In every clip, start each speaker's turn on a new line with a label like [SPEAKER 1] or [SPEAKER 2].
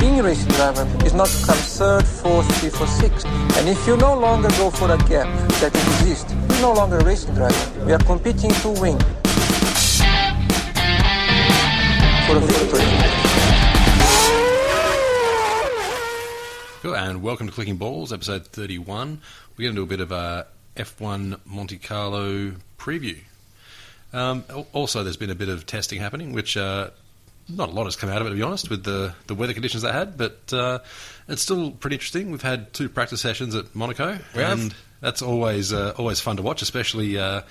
[SPEAKER 1] Being a racing driver is not to come third, fourth, fifth, or sixth. And if you no longer go for a gap that exists, you're no longer a racing driver. We are competing to win. For a victory.
[SPEAKER 2] Cool, and welcome to Clicking Balls, episode 31. We're going to do a bit of a F1 Monte Carlo preview. Um, al- also, there's been a bit of testing happening, which uh, not a lot has come out of it, to be honest, with the, the weather conditions they had, but uh, it's still pretty interesting. We've had two practice sessions at Monaco,
[SPEAKER 3] We have.
[SPEAKER 2] and that's always uh, always fun to watch, especially uh,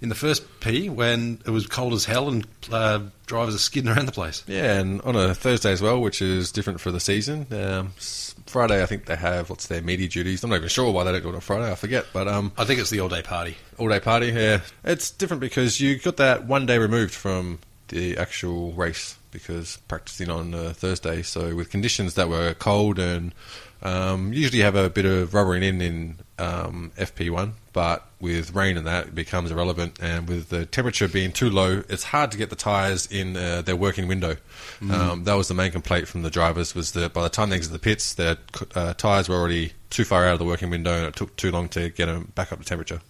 [SPEAKER 2] in the first P when it was cold as hell and uh, drivers are skidding around the place.
[SPEAKER 3] Yeah, and on a Thursday as well, which is different for the season. Um, s- Friday, I think they have what's their media duties. I'm not even sure why they don't do it on Friday. I forget, but um,
[SPEAKER 2] I think it's the all day party.
[SPEAKER 3] all day party. Yeah, it's different because you got that one day removed from the actual race because practicing on uh, Thursday. So with conditions that were cold and um, usually have a bit of rubbering in in um, FP1, but with rain and that it becomes irrelevant. And with the temperature being too low, it's hard to get the tyres in uh, their working window. Um, that was the main complaint from the drivers was that by the time they exited the pits, their uh, tyres were already too far out of the working window and it took too long to get them back up to temperature.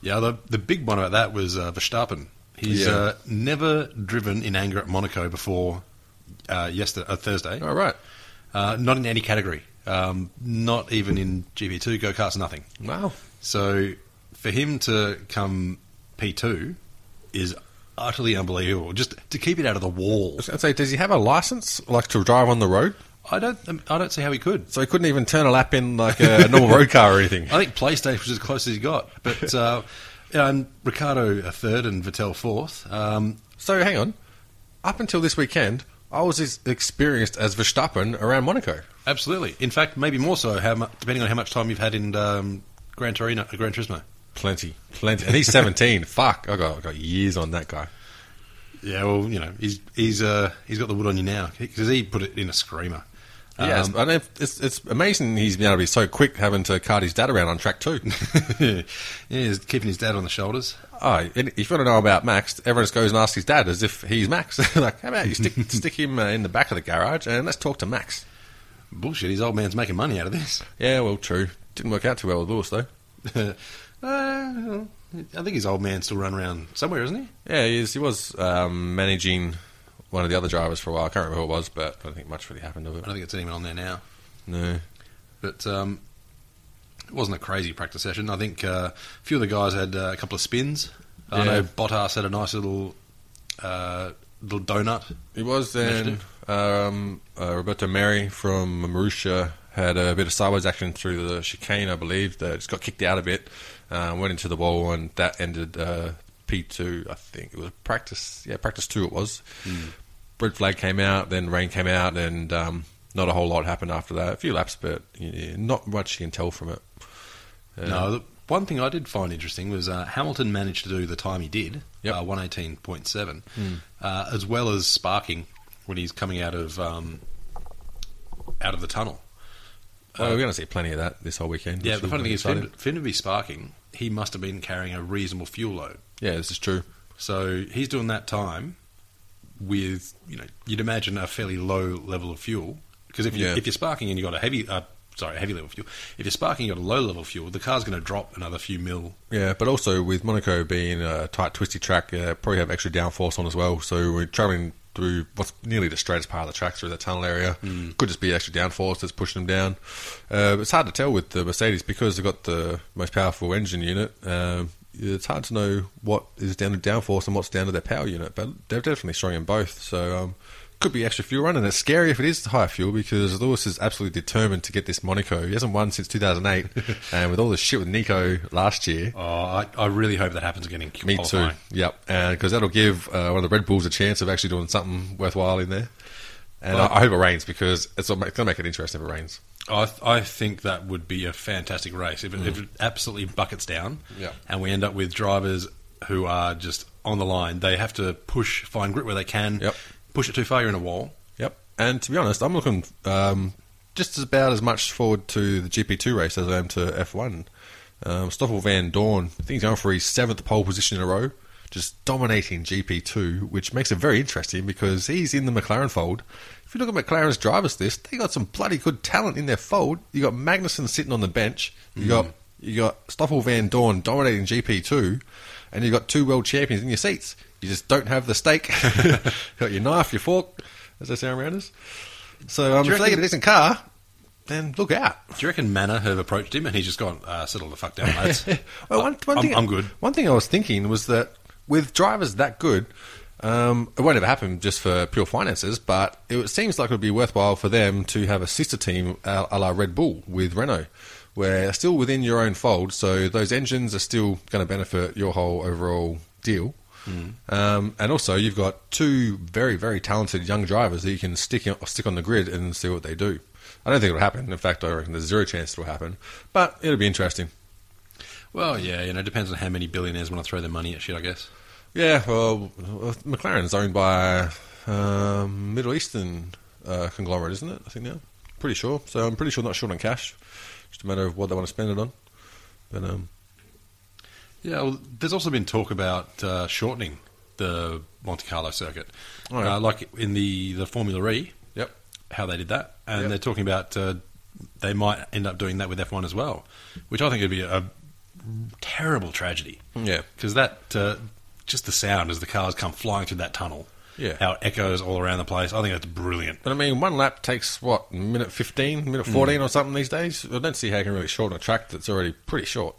[SPEAKER 2] Yeah, the, the big one about that was uh, Verstappen. He's
[SPEAKER 3] Yeah.
[SPEAKER 2] uh, never driven in anger at Monaco before uh, yesterday, uh, Thursday.
[SPEAKER 3] All Oh, right.
[SPEAKER 2] Uh, not in any category. Um, not even in GP2, go karts, nothing.
[SPEAKER 3] Wow.
[SPEAKER 2] So for him to come P2 is utterly unbelievable. Just to keep it out of the wall.
[SPEAKER 3] I'd say, does he have a license like to drive on the road?
[SPEAKER 2] I don't, um, I don't see how he could.
[SPEAKER 3] So he couldn't even turn a lap in like a, normal road car or anything.
[SPEAKER 2] I think PlayStation was as close as he got. But uh, and Ricardo a third and Vettel fourth. Um,
[SPEAKER 3] So hang on. Up until this weekend, I was as experienced as Verstappen around Monaco.
[SPEAKER 2] Absolutely. In fact, maybe more so, how mu- depending on how much time you've had in um, Gran Torino, uh, Gran Turismo.
[SPEAKER 3] Plenty, plenty, and he's seventeen. Fuck, I got I got years on that guy.
[SPEAKER 2] Yeah, well, you know, he's he's uh, he's got the wood on you now because he put it in a screamer.
[SPEAKER 3] Yeah,
[SPEAKER 2] Um,
[SPEAKER 3] it's- and if- it's, it's amazing he's been able to be so quick having to cart his dad around on track two.
[SPEAKER 2] yeah, he's keeping his dad on the shoulders.
[SPEAKER 3] Oh, and if you want to know about Max, everyone just goes and asks his dad as if he's Max. like, how about you stick stick him uh, in the back of the garage and let's talk to Max.
[SPEAKER 2] Bullshit. His old man's making money out of this.
[SPEAKER 3] Yeah, well, true. Didn't work out too well with Lewis though.
[SPEAKER 2] uh, I think his old man still run around somewhere, isn't he?
[SPEAKER 3] Yeah, he, is, he was um, managing one of the other drivers for a while. I can't remember who it was, but I don't think much really happened of
[SPEAKER 2] I
[SPEAKER 3] it.
[SPEAKER 2] don't think it's anyone on there now.
[SPEAKER 3] No.
[SPEAKER 2] But um, it wasn't a crazy practice session. I think uh, a few of the guys had uh, a couple of spins. I know
[SPEAKER 3] Yeah.
[SPEAKER 2] Bottas had a nice little uh, little donut.
[SPEAKER 3] It was then um, uh, Roberto Mary from Marussia had a bit of sideways action through the chicane, I believe. That just got kicked out a bit, uh, went into the wall, and that ended uh, P2, I think. It was practice, yeah, practice two it was.
[SPEAKER 2] Hmm.
[SPEAKER 3] Red flag came out, then rain came out, and um, not a whole lot happened after that. A few laps, but yeah, not much you can tell from it. Yeah.
[SPEAKER 2] No, the one thing I did find interesting was uh, Hamilton managed to do the time he did,
[SPEAKER 3] Yep.
[SPEAKER 2] uh, 118.7, uh, as well as sparking when he's coming out of um, out of the tunnel.
[SPEAKER 3] Well, we're going to see plenty of that this whole weekend.
[SPEAKER 2] Uh, Yeah,
[SPEAKER 3] which
[SPEAKER 2] the funny thing is, for
[SPEAKER 3] exciting.
[SPEAKER 2] him, for him to be sparking, he must have been carrying a reasonable fuel load.
[SPEAKER 3] yeah, this is true.
[SPEAKER 2] So he's doing that time with, you know, you'd imagine a fairly low level of fuel. Because if, you,
[SPEAKER 3] Yeah.
[SPEAKER 2] if you're sparking and you've got a heavy, uh, sorry, a heavy level of fuel, if you're sparking and you've got a low level of fuel, the car's going to drop another few mil.
[SPEAKER 3] Yeah, but also with Monaco being a tight, twisty track, uh, probably have extra downforce on as well. So we're traveling through what's nearly the straightest part of the track through that tunnel area. Could just be extra downforce that's pushing them down. Uh, it's hard to tell with the Mercedes because they've got the most powerful engine unit. Um it's hard to know what is down to downforce and what's down to their power unit, but they're definitely strong in both. So um, Could be extra fuel run, and it's scary if it is high fuel because Lewis is absolutely determined to get this Monaco. He hasn't won since 2008, and with all the shit with Nico last year,
[SPEAKER 2] Oh, I, I really hope that happens again in
[SPEAKER 3] me too.
[SPEAKER 2] qualifying.
[SPEAKER 3] Yep, and because that'll give uh, one of the Red Bulls a chance of actually doing something worthwhile in there. And
[SPEAKER 2] Well-
[SPEAKER 3] I, I hope it rains because it's going to make it interesting if it rains.
[SPEAKER 2] I, th- I think that would be a fantastic race if it, if it absolutely buckets down,
[SPEAKER 3] Hmm. Yeah.
[SPEAKER 2] and we end up with drivers who are just on the line. They have to push, find grit where they can.
[SPEAKER 3] Yep.
[SPEAKER 2] Push it too far, you're in a wall.
[SPEAKER 3] Yep. And to be honest, I'm looking um, just about as much forward to the GP2 race as I am to F1. Um, Stoffel Van Dorn, I think he's going for his seventh pole position in a row, just dominating GP2, which makes it very interesting because he's in the McLaren fold. If you look at McLaren's drivers list, they got some bloody good talent in their fold. You got Magnussen sitting on the bench. You got you got Stoffel Van Dorn dominating GP2, and you got two world champions in your seats. You just don't have the stake. you got your knife, your fork, as they say around us. So um,
[SPEAKER 2] Do you
[SPEAKER 3] if they
[SPEAKER 2] reckon-
[SPEAKER 3] get a decent car, then look out.
[SPEAKER 2] Do you reckon Manor have approached him and he's just gone, uh, settle the fuck down, lads?
[SPEAKER 3] Well, one, one
[SPEAKER 2] I'm,
[SPEAKER 3] thing,
[SPEAKER 2] I'm good.
[SPEAKER 3] One thing I was thinking was that with drivers that good, um, it won't ever happen just for pure finances, but it seems like it would be worthwhile for them to have a sister team a a la Red Bull with Renault, where still within your own fold, so those engines are still going to benefit your whole overall deal.
[SPEAKER 2] Hmm.
[SPEAKER 3] Um, and also, you've got two very, very talented young drivers that you can stick stick on the grid and see what they do. I don't think it'll happen. In fact, I reckon there's zero chance it'll happen. But it'll be interesting.
[SPEAKER 2] Well, yeah, you know, it depends on how many billionaires want to throw their money at shit, I guess.
[SPEAKER 3] Yeah, well, uh, McLaren's owned by um, Middle Eastern uh, conglomerate, isn't it? I think now. Pretty sure. So I'm pretty sure not short on cash. Just a matter of what they want to spend it on. But um,
[SPEAKER 2] Yeah, well, there's also been talk about uh, shortening the Monte Carlo circuit,
[SPEAKER 3] Oh, yeah.
[SPEAKER 2] uh, like in the the Formula E.
[SPEAKER 3] Yep.
[SPEAKER 2] how they did that, and
[SPEAKER 3] Yep.
[SPEAKER 2] they're talking about uh, they might end up doing that with F1 as well, which I think would be a, terrible tragedy.
[SPEAKER 3] Yeah.
[SPEAKER 2] because that uh, just the sound as the cars come flying through that tunnel.
[SPEAKER 3] Yeah.
[SPEAKER 2] how it echoes all around the place. I think that's brilliant.
[SPEAKER 3] but I mean, one lap takes what minute fifteen, minute fourteen, or something these days. I don't see how you can really shorten a track that's already pretty short.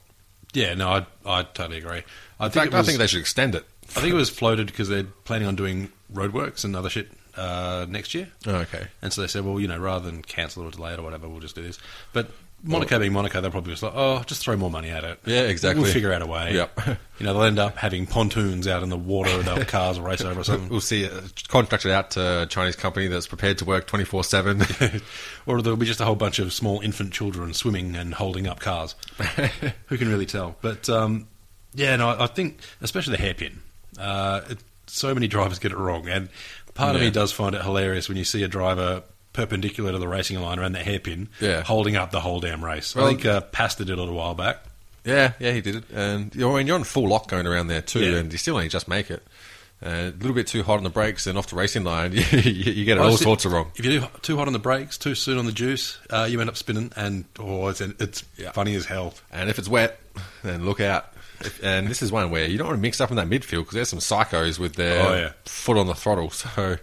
[SPEAKER 2] Yeah, no, I, I totally agree. I
[SPEAKER 3] In fact,
[SPEAKER 2] it was-
[SPEAKER 3] I think they should extend it.
[SPEAKER 2] I think it was floated because they're planning on doing roadworks and other shit uh, next year.
[SPEAKER 3] Oh, okay.
[SPEAKER 2] And so they said, well, you know, rather than cancel it or delay it or whatever, we'll just do this. But Monaco being Monaco, they'll probably just like, oh, just throw more money at it.
[SPEAKER 3] Yeah, exactly.
[SPEAKER 2] We'll figure out a way.
[SPEAKER 3] Yep.
[SPEAKER 2] You know, they'll end up having pontoons out in the water that cars will race over or something.
[SPEAKER 3] We'll see. Uh, contract it out to a Chinese company that's prepared to work twenty four seven.
[SPEAKER 2] or there'll be just a whole bunch of small infant children swimming and holding up cars. Who can really tell? But um, yeah, no, I think, especially the hairpin, uh, it, so many drivers get it wrong. And part of
[SPEAKER 3] Yeah.
[SPEAKER 2] me does find it hilarious when you see a driver. Perpendicular to the racing line around that hairpin,
[SPEAKER 3] Yeah.
[SPEAKER 2] holding up the whole damn race.
[SPEAKER 3] Well-
[SPEAKER 2] I think uh, Pasta did it a while back.
[SPEAKER 3] Yeah, yeah, he did it. And you know, I mean, you're on full lock going around there too,
[SPEAKER 2] Yeah.
[SPEAKER 3] and you still only just make it. Uh, a little bit too hot on the brakes and off the racing line, you, you get it all
[SPEAKER 2] Honestly,
[SPEAKER 3] sorts of wrong.
[SPEAKER 2] If you do h- too hot on the brakes, too soon on the juice, uh, you end up spinning, and oh, it's it's
[SPEAKER 3] Yeah.
[SPEAKER 2] funny as hell.
[SPEAKER 3] And if it's wet, then look out. If- And this is one where you don't want to mix up in that midfield because there's some psychos with their
[SPEAKER 2] Oh, yeah.
[SPEAKER 3] foot on the throttle, so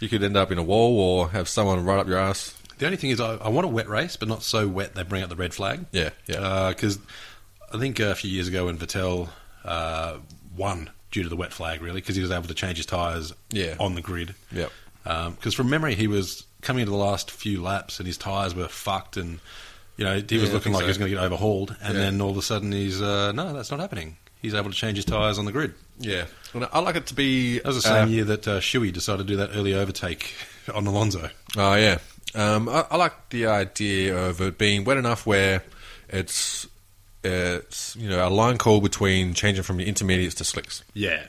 [SPEAKER 3] you could end up in a wall or have someone right up your ass.
[SPEAKER 2] The only thing is, I, I want a wet race, but not so wet they bring up the red flag.
[SPEAKER 3] Yeah, yeah.
[SPEAKER 2] Because Uh, I think a few years ago when Vettel uh, won due to the wet flag, really, because he was able to change his tyres
[SPEAKER 3] Yeah.
[SPEAKER 2] on the grid.
[SPEAKER 3] Yep.
[SPEAKER 2] Because from memory, he was coming into the last few laps and his tyres were fucked and. You know, he
[SPEAKER 3] Yeah,
[SPEAKER 2] was
[SPEAKER 3] I
[SPEAKER 2] looking
[SPEAKER 3] think
[SPEAKER 2] like
[SPEAKER 3] so.
[SPEAKER 2] he was going to get overhauled, and
[SPEAKER 3] Yeah.
[SPEAKER 2] then all of a sudden he's uh, no, that's not happening. He's able to change his tyres on the grid.
[SPEAKER 3] Yeah, and I like it to be.
[SPEAKER 2] That was the same
[SPEAKER 3] uh,
[SPEAKER 2] year that uh, Shuey decided to do that early overtake on Alonso.
[SPEAKER 3] Oh yeah, um, I, I like the idea of it being wet enough where it's it's you know a line call between changing from your intermediates to slicks
[SPEAKER 2] Yeah.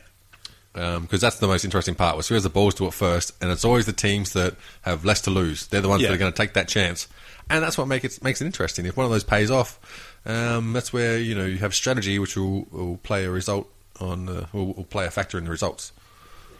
[SPEAKER 3] because that's the most interesting part. Was who has the balls to it first, and it's always the teams that have less to lose. They're the ones that
[SPEAKER 2] Yeah.
[SPEAKER 3] are going to take that chance, and that's what make it makes it interesting. If one of those pays off, um, that's where you know you have strategy, which will, will play a result on uh, will, will play a factor in the results.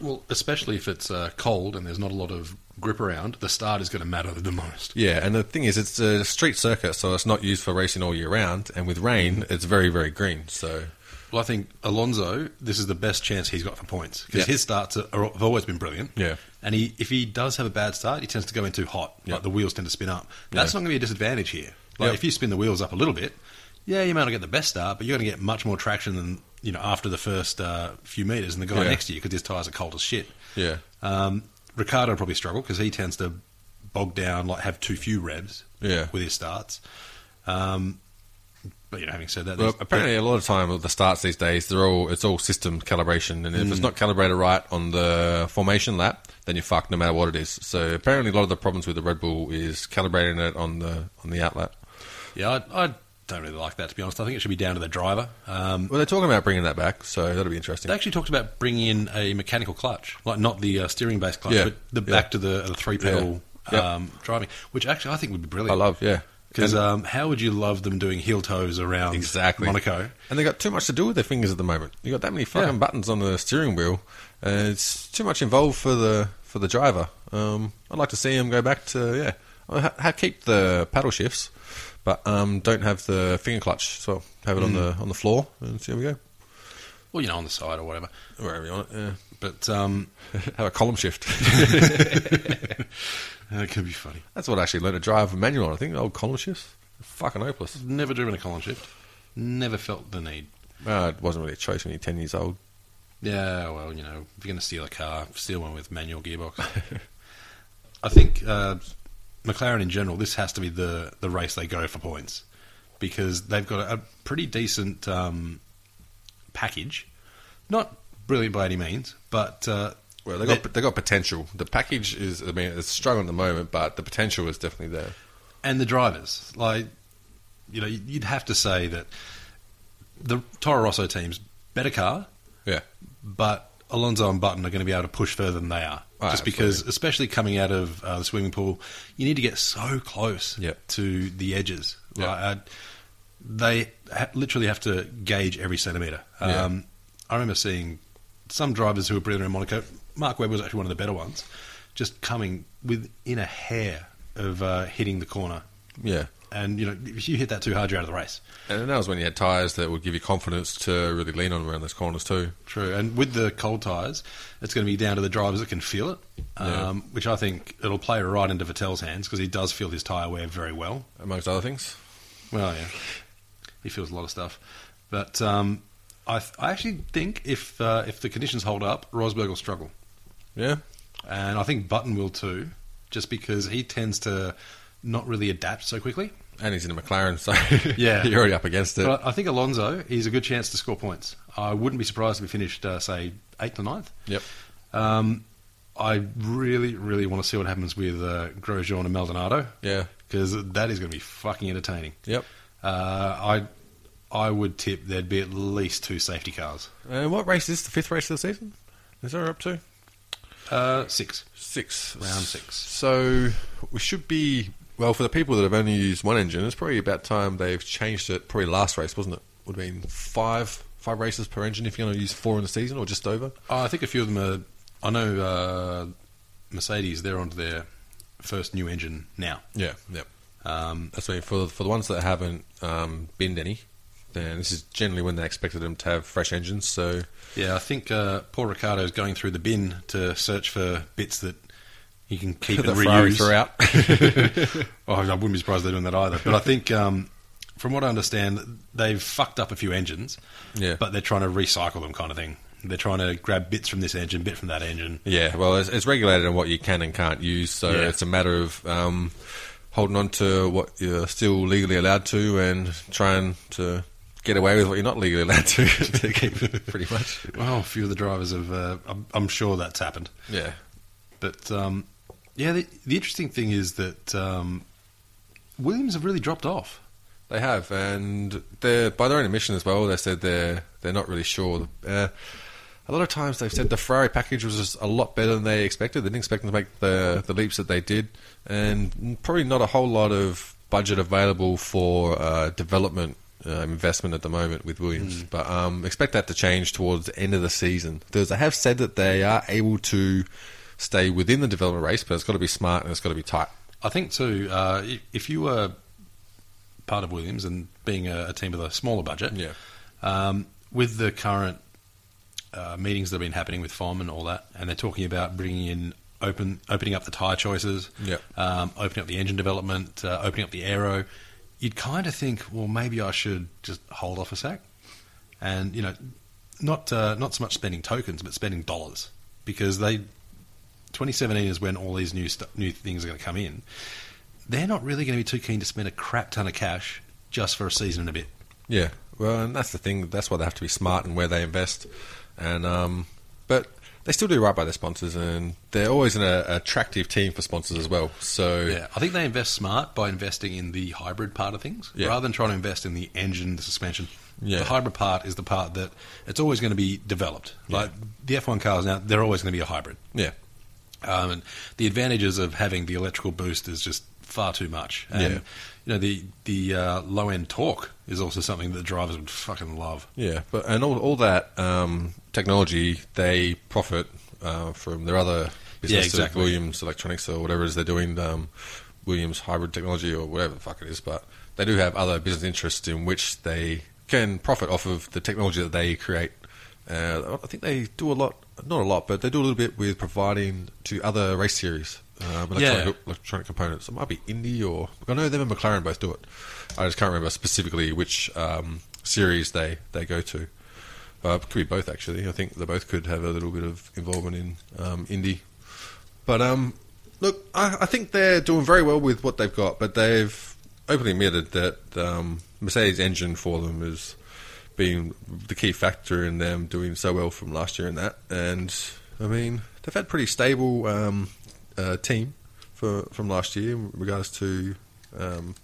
[SPEAKER 2] Well, especially if it's uh, cold and there's not a lot of grip around, the start is going to matter the most.
[SPEAKER 3] Yeah, and the thing is, it's a street circuit, so it's not used for racing all year round. And with rain,
[SPEAKER 2] Mm-hmm.
[SPEAKER 3] it's very, very green. So
[SPEAKER 2] Well, I think Alonso, this is the best chance he's got for points because
[SPEAKER 3] Yeah.
[SPEAKER 2] his starts are, are, have always been brilliant.
[SPEAKER 3] Yeah.
[SPEAKER 2] And he, if he does have a bad start, he tends to go in too hot.
[SPEAKER 3] Yeah.
[SPEAKER 2] Like the wheels tend to spin up. That's
[SPEAKER 3] Yeah.
[SPEAKER 2] not going to be a disadvantage here. Like
[SPEAKER 3] Yep.
[SPEAKER 2] if you spin the wheels up a little bit, yeah, you might not get the best start, but you're going to get much more traction than you know after the first uh, few meters than the guy
[SPEAKER 3] Yeah.
[SPEAKER 2] next to you because his tires are cold as shit.
[SPEAKER 3] yeah,
[SPEAKER 2] Um, Ricardo probably struggle because he tends to bog down, like have too few revs
[SPEAKER 3] Yeah.
[SPEAKER 2] with his starts. Um, but you know, having said that,
[SPEAKER 3] Well,
[SPEAKER 2] there's-
[SPEAKER 3] apparently, a lot of time with the starts these days, they're all it's all system calibration, and if
[SPEAKER 2] Mm.
[SPEAKER 3] it's not calibrated right on the formation lap, then you're fucked no matter what it is. So apparently, a lot of the problems with the Red Bull is calibrating it on the on the outlap.
[SPEAKER 2] yeah, I, I don't really like that to be honest. I think it should be down to the driver. Um,
[SPEAKER 3] Well, they're talking about bringing that back, so that'll be interesting.
[SPEAKER 2] They actually talked about bringing in a mechanical clutch, like not the uh, steering based clutch,
[SPEAKER 3] Yeah.
[SPEAKER 2] but the
[SPEAKER 3] Yeah.
[SPEAKER 2] back to the, uh, the three pedal
[SPEAKER 3] Yeah. Yeah.
[SPEAKER 2] um, driving, which actually I think would be brilliant.
[SPEAKER 3] I love, yeah,
[SPEAKER 2] because
[SPEAKER 3] And-
[SPEAKER 2] um, how would you love them doing heel toes around
[SPEAKER 3] exactly
[SPEAKER 2] Monaco?
[SPEAKER 3] and they got too much to do with their fingers at the moment. You got that many fucking
[SPEAKER 2] Yeah.
[SPEAKER 3] buttons on the steering wheel, and it's too much involved for the for the driver. Um, I'd like to see him go back to yeah, well, ha- ha- keep the paddle shifts, but um, don't have the finger clutch. So have it on the on the floor and see how we go
[SPEAKER 2] Well, you know, on the side or whatever.
[SPEAKER 3] wherever you want it. Yeah.
[SPEAKER 2] But um,
[SPEAKER 3] have a column shift.
[SPEAKER 2] that could be funny.
[SPEAKER 3] That's what I actually learned to drive a manual. on, I think old column shifts, fucking hopeless.
[SPEAKER 2] Never driven a column shift. Never felt the need.
[SPEAKER 3] Uh, it wasn't really a choice when you're ten years old.
[SPEAKER 2] Yeah, well, you know, if you're going to steal a car, steal one with manual gearbox. I think uh, McLaren in general, this has to be the, the race they go for points because they've got a, a pretty decent um, package. Not brilliant by any means, but uh,
[SPEAKER 3] Well, they got they got potential. The package is, I mean, it's struggling at the moment, but the potential is definitely there.
[SPEAKER 2] and the drivers, like you know, you'd have to say that the Toro Rosso team's better car,
[SPEAKER 3] Yeah,
[SPEAKER 2] but Alonso and Button are going to be able to push further than they are.
[SPEAKER 3] Oh,
[SPEAKER 2] just because, especially coming out of uh, the swimming pool, you need to get so close
[SPEAKER 3] Yep.
[SPEAKER 2] to the edges.
[SPEAKER 3] Yep.
[SPEAKER 2] Like, uh, they ha- literally have to gauge every centimetre.
[SPEAKER 3] Yeah.
[SPEAKER 2] Um, I remember seeing some drivers who were brilliant in Monaco. Mark Webb was actually one of the better ones, just coming within a hair of uh, hitting the corner.
[SPEAKER 3] yeah.
[SPEAKER 2] And, you know, if you hit that too hard, you're out of the race.
[SPEAKER 3] And that was when you had tyres that would give you confidence to really lean on around those corners too.
[SPEAKER 2] True, and with the cold tyres, it's going to be down to the drivers that can feel it, um, which I think it'll play right into Vettel's hands because he does feel his tyre wear very well.
[SPEAKER 3] Amongst other things,
[SPEAKER 2] Well, yeah, he feels a lot of stuff, but um, I, th- I actually think if uh, if the conditions hold up, Rosberg will struggle,
[SPEAKER 3] yeah,
[SPEAKER 2] and I think Button will too, just because he tends to not really adapt so quickly.
[SPEAKER 3] and he's in a McLaren, so
[SPEAKER 2] Yeah.
[SPEAKER 3] you're already up against it.
[SPEAKER 2] But I think Alonso is a good chance to score points. I wouldn't be surprised if he finished, uh, say, eighth or ninth.
[SPEAKER 3] Yep.
[SPEAKER 2] Um, I really, really want to see what happens with uh, Grosjean and Maldonado
[SPEAKER 3] Yeah,
[SPEAKER 2] because that is going to be fucking entertaining.
[SPEAKER 3] yep.
[SPEAKER 2] Uh, I, I would tip there'd be at least two safety cars.
[SPEAKER 3] And what race is this, the fifth race of the season? Is that we're up to?
[SPEAKER 2] Uh, six.
[SPEAKER 3] Six.
[SPEAKER 2] Round six.
[SPEAKER 3] So we should be well for the people that have only used one engine. It's probably about time they've changed it. Probably last race wasn't it? Would have been five five races per engine if you're going to use four in the season or just over.
[SPEAKER 2] Oh, I think a few of them are. I know uh, Mercedes. They're onto their first new engine now.
[SPEAKER 3] Yeah, yep.
[SPEAKER 2] Um,
[SPEAKER 3] That's what I mean, for the, for the ones that haven't um, binned any. Then this is generally when they expected them to have fresh engines. So
[SPEAKER 2] yeah, I think uh, Paul Ricardo is going through the bin to search for bits that he can keep
[SPEAKER 3] the
[SPEAKER 2] and
[SPEAKER 3] Ferrari
[SPEAKER 2] reuse.
[SPEAKER 3] throughout.
[SPEAKER 2] Oh, I wouldn't be surprised they're doing that either. But I think, um, from what I understand, they've fucked up a few engines.
[SPEAKER 3] Yeah.
[SPEAKER 2] But they're trying to recycle them, kind of thing. They're trying to grab bits from this engine, bit from that engine.
[SPEAKER 3] yeah, well, it's, it's regulated on what you can and can't use. So
[SPEAKER 2] Yeah.
[SPEAKER 3] it's a matter of um, holding on to what you're still legally allowed to and trying to get away with what you're not legally allowed to. to keep, pretty much.
[SPEAKER 2] Well, Oh, a few of the drivers have. Uh, I'm, I'm sure that's happened.
[SPEAKER 3] Yeah.
[SPEAKER 2] But um, yeah, the, the interesting thing is that um, Williams have really dropped off.
[SPEAKER 3] They have, and they're by their own admission as well. They said they're they're not really sure. Uh, a lot of times they've said the Ferrari package was just a lot better than they expected. They didn't expect them to make the the leaps that they did, and probably not a whole lot of budget available for uh, development. Uh, investment at the moment with Williams, but um, expect that to change towards the end of the season. Because they have said that they are able to stay within the development race, but it's got to be smart and it's got to be tight.
[SPEAKER 2] I think too. Uh, i- if you were part of Williams and being a, a team with a smaller budget,
[SPEAKER 3] Yeah.
[SPEAKER 2] um, with the current uh, meetings that have been happening with FOM and all that, and they're talking about bringing in open opening up the tyre choices,
[SPEAKER 3] Yeah.
[SPEAKER 2] um, opening up the engine development, uh, opening up the aero. You'd kind of think, well, maybe I should just hold off a sec, and you know, not uh, not so much spending tokens, but spending dollars because they 2017 is when all these new stu new things are going to come in. They're not really going to be too keen to spend a crap ton of cash just for a season and a bit.
[SPEAKER 3] Yeah, well, and that's the thing. That's why they have to be smart in where they invest, and um, but they still do right by their sponsors, and they're always an uh, attractive team for sponsors as well. So
[SPEAKER 2] Yeah, I think they invest smart by investing in the hybrid part of things
[SPEAKER 3] Yeah.
[SPEAKER 2] rather than trying to invest in the engine, the suspension.
[SPEAKER 3] Yeah.
[SPEAKER 2] The hybrid part is the part that it's always going to be developed. Like the F1 cars now, they're always going to be a hybrid.
[SPEAKER 3] yeah,
[SPEAKER 2] Um, and the advantages of having the electrical boost is just far too much. And,
[SPEAKER 3] Yeah.
[SPEAKER 2] You know, the, the uh, low end torque is also something that the drivers would fucking love.
[SPEAKER 3] yeah, but and all all that um, technology they profit uh, from their other business, so
[SPEAKER 2] exactly.
[SPEAKER 3] Williams Electronics or whatever it is they're doing, um, Williams Hybrid Technology or whatever the fuck it is. But they do have other business interests in which they can profit off of the technology that they create. Uh, I think they do a lot, not a lot, but they do a little bit with providing to other race series. Um, electronic,
[SPEAKER 2] Yeah.
[SPEAKER 3] electronic components. It might be Indy or I know them and McLaren both do it. I just can't remember specifically which um, series they, they go to. Uh, it could be both actually. I think they both could have a little bit of involvement in um, Indy. But um, look, I, I think they're doing very well with what they've got. But they've openly admitted that um, Mercedes engine for them is being the key factor in them doing so well from last year and that. And I mean, they've had pretty stable um, uh, team for from last year in regards to um,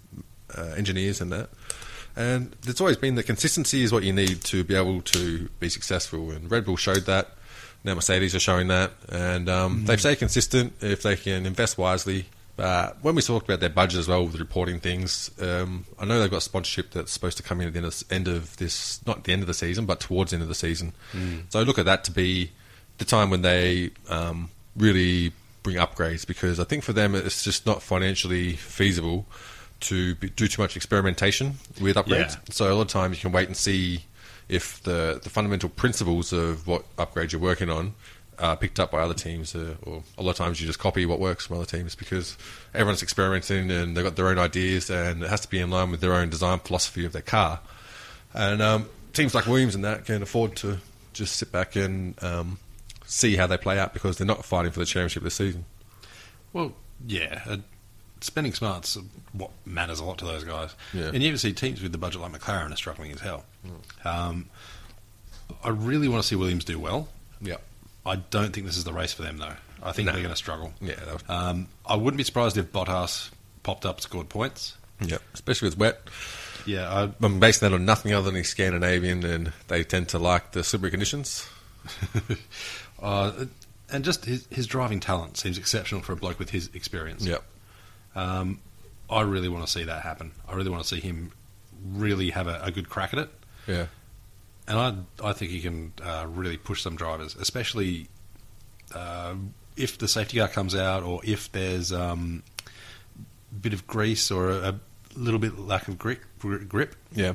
[SPEAKER 3] uh, engineers and that. And it's always been that consistency is what you need to be able to be successful. And Red Bull showed that. Now Mercedes are showing that, and um, they stay consistent if they can invest wisely. But when we talked about their budget as well with reporting things, um, I know they've got sponsorship that's supposed to come in at the end of, end of this, not the end of the season, but towards the end of the season. So I look at that to be the time when they um, really bring upgrades because I think for them it's just not financially feasible to be, do too much experimentation with upgrades.
[SPEAKER 2] Yeah.
[SPEAKER 3] So a lot of times you can wait and see if the the fundamental principles of what upgrade you're working on are picked up by other teams, uh, or a lot of times you just copy what works from other teams because everyone's experimenting and they've got their own ideas and it has to be in line with their own design philosophy of their car. And um, teams like Williams and that can afford to just sit back and um, see how they play out because they're not fighting for the championship this season.
[SPEAKER 2] Well, yeah, uh, spending smart's what matters a lot to those guys.
[SPEAKER 3] Yeah. Hmm.
[SPEAKER 2] And you even see teams with the budget like McLaren are struggling as hell. Um, I really want to see Williams do well.
[SPEAKER 3] Yeah.
[SPEAKER 2] I don't think this is the race for them though. I think
[SPEAKER 3] No.
[SPEAKER 2] they're going to struggle.
[SPEAKER 3] Yeah, that was-
[SPEAKER 2] Um, I wouldn't be surprised if Bottas popped up, scored points.
[SPEAKER 3] yeah. Especially with wet.
[SPEAKER 2] Yeah, I,
[SPEAKER 3] I'm basing that on nothing other than he's Scandinavian and they tend to like the slippery conditions.
[SPEAKER 2] uh, and just his, his driving talent seems exceptional for a bloke with his experience.
[SPEAKER 3] Yeah.
[SPEAKER 2] Um, I really want to see that happen. I really want to see him really have a, a good crack at it.
[SPEAKER 3] Yeah.
[SPEAKER 2] And I, I think he can uh, really push some drivers, especially uh, if the safety car comes out or if there's um, a bit of grease or a, a little bit lack of grip. grip
[SPEAKER 3] Yeah.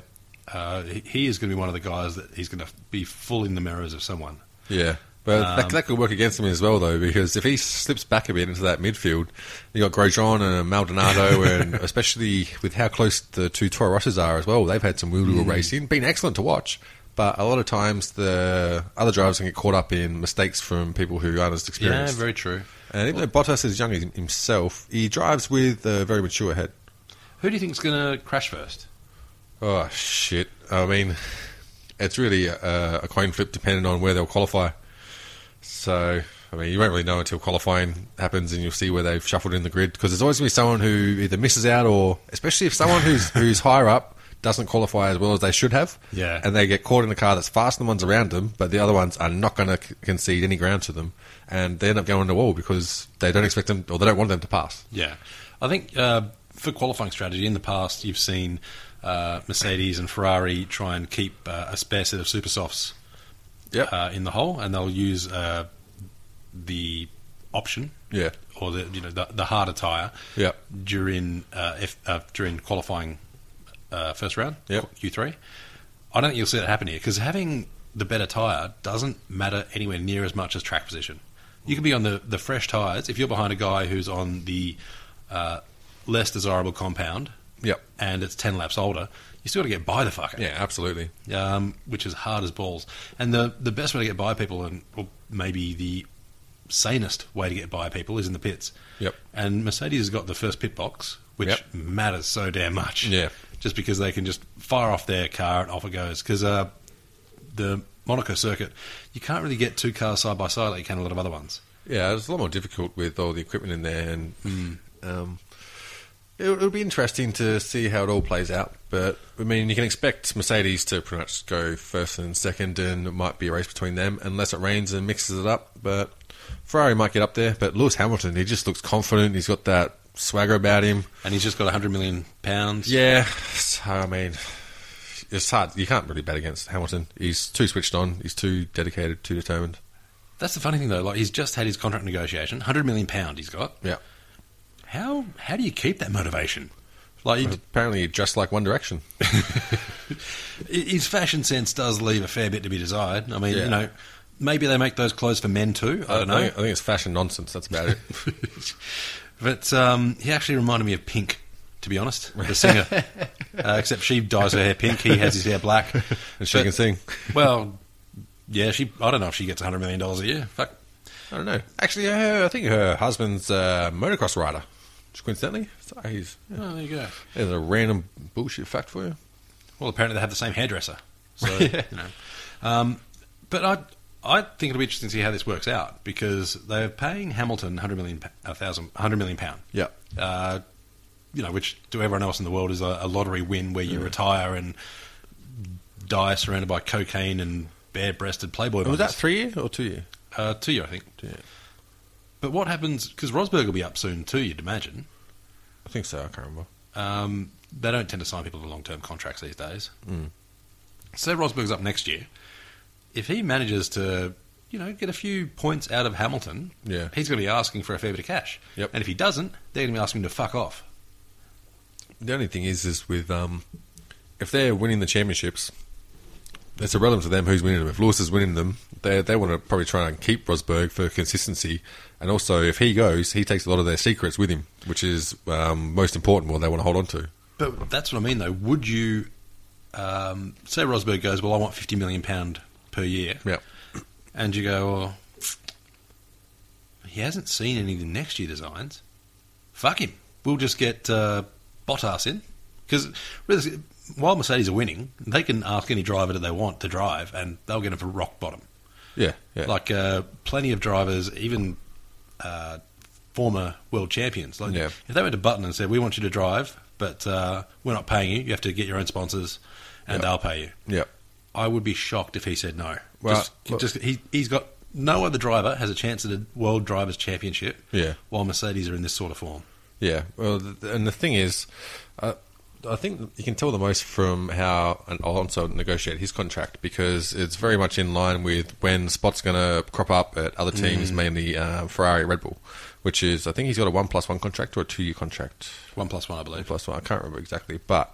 [SPEAKER 2] uh, he- he is going to be one of the guys that he's going to be full in the mirrors of someone.
[SPEAKER 3] Yeah. But that,
[SPEAKER 2] Um,
[SPEAKER 3] that could work against him as well, though, because if he slips back a bit into that midfield, you got Grosjean and Maldonado, and especially with how close the two Toro Rosses are as well, they've had some wheel-to-wheel
[SPEAKER 2] Mm.
[SPEAKER 3] racing, been excellent to watch. But a lot of times, the other drivers can get caught up in mistakes from people who aren't as experienced.
[SPEAKER 2] Yeah, very true.
[SPEAKER 3] and even though Bottas is young him- himself, he drives with a very mature head.
[SPEAKER 2] Who do you think's going to crash first?
[SPEAKER 3] Oh shit! I mean, it's really a, a coin flip depending on where they'll qualify. So I mean, you won't really know until qualifying happens, and you'll see where they've shuffled in the grid because there's always going to be someone who either misses out or, especially if someone who's who's higher up doesn't qualify as well as they should have.
[SPEAKER 2] Yeah.
[SPEAKER 3] and they get caught in a car that's faster than the ones around them, but the other ones are not going to c- concede any ground to them, and they end up going on the wall because they don't expect them or they don't want them to pass.
[SPEAKER 2] Yeah, I think uh, for qualifying strategy in the past, you've seen uh, Mercedes and Ferrari try and keep uh, a spare set of super softs
[SPEAKER 3] Yep.
[SPEAKER 2] uh, in the hole, and they'll use uh, the option
[SPEAKER 3] Yeah.
[SPEAKER 2] or the you know the, the harder tire
[SPEAKER 3] Yep.
[SPEAKER 2] during uh, if, uh, during qualifying uh, first round
[SPEAKER 3] Yep.
[SPEAKER 2] Q three. I don't think you'll see that happen here because having the better tire doesn't matter anywhere near as much as track position. You can be on the, the fresh tires if you're behind a guy who's on the uh, less desirable compound
[SPEAKER 3] Yep.
[SPEAKER 2] and it's ten laps older. You still got to get by the fucker
[SPEAKER 3] Yeah. Absolutely.
[SPEAKER 2] um, which is hard as balls. And the the best way to get by people, and or maybe the sanest way to get by people is in the pits.
[SPEAKER 3] Yep.
[SPEAKER 2] And Mercedes has got the first pit box, which
[SPEAKER 3] Yep.
[SPEAKER 2] matters so damn much.
[SPEAKER 3] Yeah.
[SPEAKER 2] Just because they can just fire off their car and off it goes. Because uh, the Monaco circuit, you can't really get two cars side by side like you can a lot of other ones.
[SPEAKER 3] Yeah, it's a lot more difficult with all the equipment in there, and um, it, it'll be interesting to see how it all plays out. But I mean, you can expect Mercedes to pretty much go first and second, and it might be a race between them unless it rains and mixes it up. But Ferrari might get up there. But Lewis Hamilton, he just looks confident. He's got that swagger about him.
[SPEAKER 2] And he's just got 100 million pounds.
[SPEAKER 3] Yeah, so, I mean, it's hard. You can't really bet against Hamilton. He's too switched on. He's too dedicated. Too determined.
[SPEAKER 2] That's the funny thing, though. Like, he's just had his contract negotiation, 100 million pound he's got.
[SPEAKER 3] Yeah.
[SPEAKER 2] How, how do you keep that motivation? Like, you,
[SPEAKER 3] Apparently, dressed like One Direction.
[SPEAKER 2] his fashion sense does leave a fair bit to be desired. I mean,
[SPEAKER 3] Yeah.
[SPEAKER 2] you know, maybe they make those clothes for men too. I don't know.
[SPEAKER 3] think- Uh, I think it's fashion nonsense. That's about it.
[SPEAKER 2] but um, he actually reminded me of Pink, to be honest, the singer. uh, except she dyes her hair pink, he has his hair black.
[SPEAKER 3] And she
[SPEAKER 2] But-
[SPEAKER 3] can sing.
[SPEAKER 2] Well, yeah, she. I don't know if she gets $100 million a year. Fuck.
[SPEAKER 3] I don't know. Actually, her, I think her husband's a motocross rider. Just coincidentally, So he's
[SPEAKER 2] Oh, there you go.
[SPEAKER 3] there's a random bullshit fact for you.
[SPEAKER 2] Well, apparently they have the same hairdresser. So, you know. Um, but I, I think it'll be interesting to see how this works out because they're paying Hamilton 100 million, pa- a thousand, 100 million pound.
[SPEAKER 3] Yeah.
[SPEAKER 2] Uh, you know, which to everyone else in the world is a, a lottery win where you retire and die surrounded by cocaine and bare-breasted playboy.
[SPEAKER 3] Was that
[SPEAKER 2] bunnies.
[SPEAKER 3] three year or two year?
[SPEAKER 2] uh, two year, I think.
[SPEAKER 3] Two year.
[SPEAKER 2] But what happens? Because Rosberg will be up soon too. You'd imagine.
[SPEAKER 3] I think so. I can't remember.
[SPEAKER 2] Um, they don't tend to sign people to long term contracts these days.
[SPEAKER 3] Mm.
[SPEAKER 2] So Rosberg's up next year. If he manages to, you know, get a few points out of Hamilton,
[SPEAKER 3] Yeah.
[SPEAKER 2] he's going to be asking for a fair bit of cash.
[SPEAKER 3] Yep.
[SPEAKER 2] And if he doesn't, they're going to be asking him to fuck off.
[SPEAKER 3] The only thing is, is with um, if they're winning the championships, it's irrelevant to them who's winning them. If Lewis is winning them, they they want to probably try and keep Rosberg for consistency. And also, if he goes, he takes a lot of their secrets with him, which is um, most important. What they want to hold on to.
[SPEAKER 2] But that's what I mean, though. Would you um, say Rosberg goes, "Well, I want fifty million pound per year,"
[SPEAKER 3] Yeah.
[SPEAKER 2] and you go, "Well, he hasn't seen any of the next year designs. Fuck him. We'll just get uh, Bottas in because while Mercedes are winning, they can ask any driver that they want to drive, and they'll get him for rock bottom.
[SPEAKER 3] Yeah. Yeah.
[SPEAKER 2] Like uh, plenty of drivers, even uh, former world champions. Like
[SPEAKER 3] Yeah.
[SPEAKER 2] if they went to Button and said, "We want you to drive, but uh, we're not paying you. You have to get your own sponsors, and
[SPEAKER 3] Yeah.
[SPEAKER 2] they'll pay you."
[SPEAKER 3] yeah.
[SPEAKER 2] I would be shocked if he said no.
[SPEAKER 3] Well,
[SPEAKER 2] just,
[SPEAKER 3] look-
[SPEAKER 2] just he, he's got no other driver has a chance at a World Drivers' Championship.
[SPEAKER 3] Yeah.
[SPEAKER 2] While Mercedes are in this sort of form,
[SPEAKER 3] Yeah, well, th- and the thing is, uh, I think you can tell the most from how an- Alonso negotiated his contract because it's very much in line with when spots going to crop up at other teams, mainly uh, Ferrari, Red Bull, which is I think he's got a one plus one contract or a two year contract,
[SPEAKER 2] one plus one, I believe.
[SPEAKER 3] plus one. I can't remember exactly, but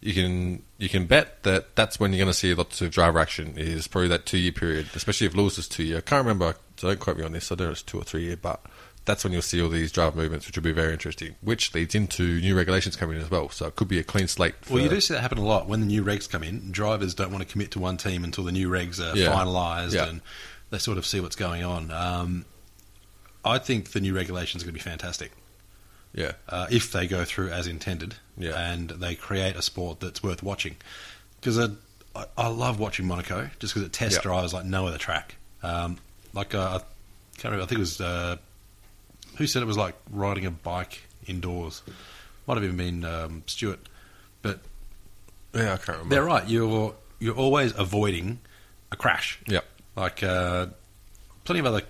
[SPEAKER 3] you can you can bet that that's when you're going to see lots of driver action is probably that two year period, especially if Lewis is two year. I can't remember. So don't quote me on this. I don't know if it's two or three year, but that's when you'll see all these driver movements, which will be very interesting. Which leads into new regulations coming in as well. So it could be a clean slate. For,
[SPEAKER 2] Well, you do see that happen a lot when the new regs come in. Drivers don't want to commit to one team until the new regs are
[SPEAKER 3] Yeah.
[SPEAKER 2] finalised
[SPEAKER 3] Yeah.
[SPEAKER 2] and they sort of see what's going on. Um, I think the new regulations are going to be fantastic
[SPEAKER 3] yeah,
[SPEAKER 2] uh, if they go through as intended
[SPEAKER 3] Yeah.
[SPEAKER 2] and they create a sport that's worth watching. Because I, I, I love watching Monaco just because it tests
[SPEAKER 3] Yeah.
[SPEAKER 2] drivers like no other track. Um, like, uh, I can't remember, I think it was, uh, who said it was like riding a bike indoors? Might have even been um, Stewart. But
[SPEAKER 3] yeah. I can't remember.
[SPEAKER 2] they're right. You're you're always avoiding a crash.
[SPEAKER 3] Yep.
[SPEAKER 2] Like uh, plenty of other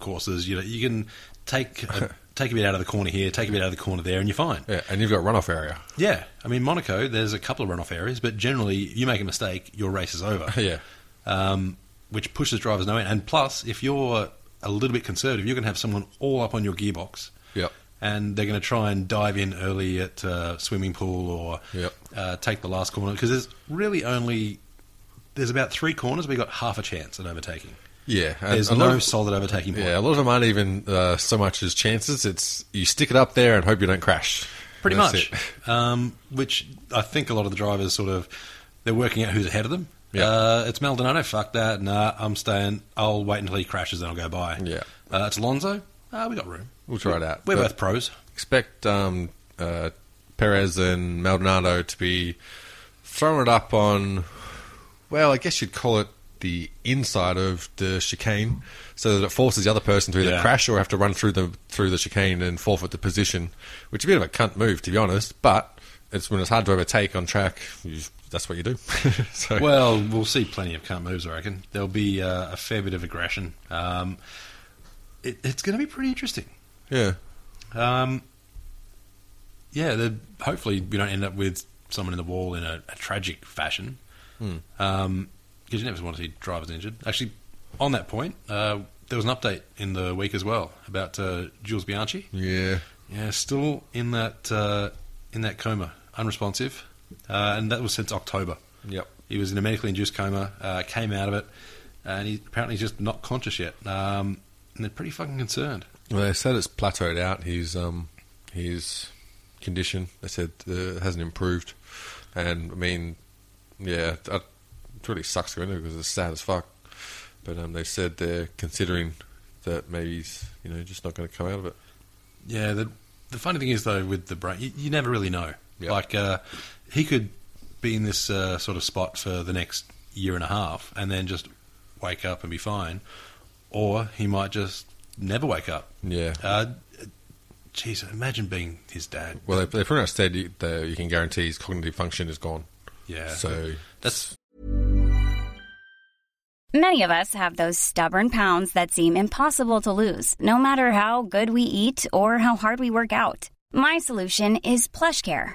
[SPEAKER 2] courses, you know, you can take a, take a bit out of the corner here, take a bit out of the corner there, and you're fine.
[SPEAKER 3] Yeah, and you've got runoff area.
[SPEAKER 2] Yeah. I mean, Monaco, there's a couple of runoff areas, but generally, you make a mistake, your race is over.
[SPEAKER 3] yeah,
[SPEAKER 2] Um, which pushes drivers no end. And plus, if you're a little bit conservative, you're going to have someone all up on your gearbox.
[SPEAKER 3] Yep.
[SPEAKER 2] And they're going to try and dive in early at uh, swimming pool or
[SPEAKER 3] Yep.
[SPEAKER 2] uh, take the last corner because there's really only there's about three corners we got half a chance at overtaking.
[SPEAKER 3] yeah. And
[SPEAKER 2] There's
[SPEAKER 3] a lot
[SPEAKER 2] no
[SPEAKER 3] of-
[SPEAKER 2] solid overtaking point.
[SPEAKER 3] yeah, a lot of them aren't even uh, so much as chances. It's you stick it up there and hope you don't crash.
[SPEAKER 2] pretty
[SPEAKER 3] That's
[SPEAKER 2] much.
[SPEAKER 3] it.
[SPEAKER 2] Um, which I think a lot of the drivers sort of they're working out who's ahead of them.
[SPEAKER 3] Yeah.
[SPEAKER 2] Uh, it's Maldonado. Fuck that. Nah, I'm staying. I'll wait until he crashes, then I'll go by.
[SPEAKER 3] Yeah.
[SPEAKER 2] Uh, it's Alonso. Uh, we got room.
[SPEAKER 3] We'll try it out.
[SPEAKER 2] We're
[SPEAKER 3] But
[SPEAKER 2] both pros.
[SPEAKER 3] expect um, uh, Perez and Maldonado to be throwing it up on, well, I guess you'd call it the inside of the chicane, so that it forces the other person to either
[SPEAKER 2] Yeah.
[SPEAKER 3] crash or have to run through the through the chicane and forfeit the position, which is a bit of a cunt move to be honest. But it's when it's hard to overtake on track, you, that's what you do. so,
[SPEAKER 2] Well, we'll see plenty of cunt moves, I reckon. There'll be uh, a fair bit of aggression. Um, it, it's going to be pretty interesting.
[SPEAKER 3] yeah.
[SPEAKER 2] Um, yeah, the, hopefully we don't end up with someone in the wall in a, a tragic fashion. Because you never want to see drivers injured. Actually, on that point, uh, there was an update in the week as well about uh, Jules Bianchi.
[SPEAKER 3] Yeah.
[SPEAKER 2] Yeah, still in that uh, in that coma, unresponsive, uh, and that was since October.
[SPEAKER 3] Yep.
[SPEAKER 2] He was in a medically induced coma, uh, came out of it, and he apparently he's just not conscious yet. Um, and they're pretty fucking concerned.
[SPEAKER 3] Well, they said it's plateaued out. His um, his condition. They said uh, it hasn't improved, and I mean, yeah, that it really sucks going because it's sad as fuck. But um, they said they're considering that maybe he's you know just not going to come out of it.
[SPEAKER 2] Yeah, the the funny thing is though with the brain, you, you never really know.
[SPEAKER 3] Yeah.
[SPEAKER 2] Like uh, he could be in this uh, sort of spot for the next year and a half, and then just wake up and be fine, or he might just never wake up.
[SPEAKER 3] Yeah.
[SPEAKER 2] Uh, Jeez, imagine being his dad.
[SPEAKER 3] Well, they, they pretty much said you, that you can guarantee his cognitive function is gone.
[SPEAKER 2] Yeah.
[SPEAKER 3] So
[SPEAKER 2] that's
[SPEAKER 4] Many of us have those stubborn pounds that seem impossible to lose, no matter how good we eat or how hard we work out. My solution is PlushCare.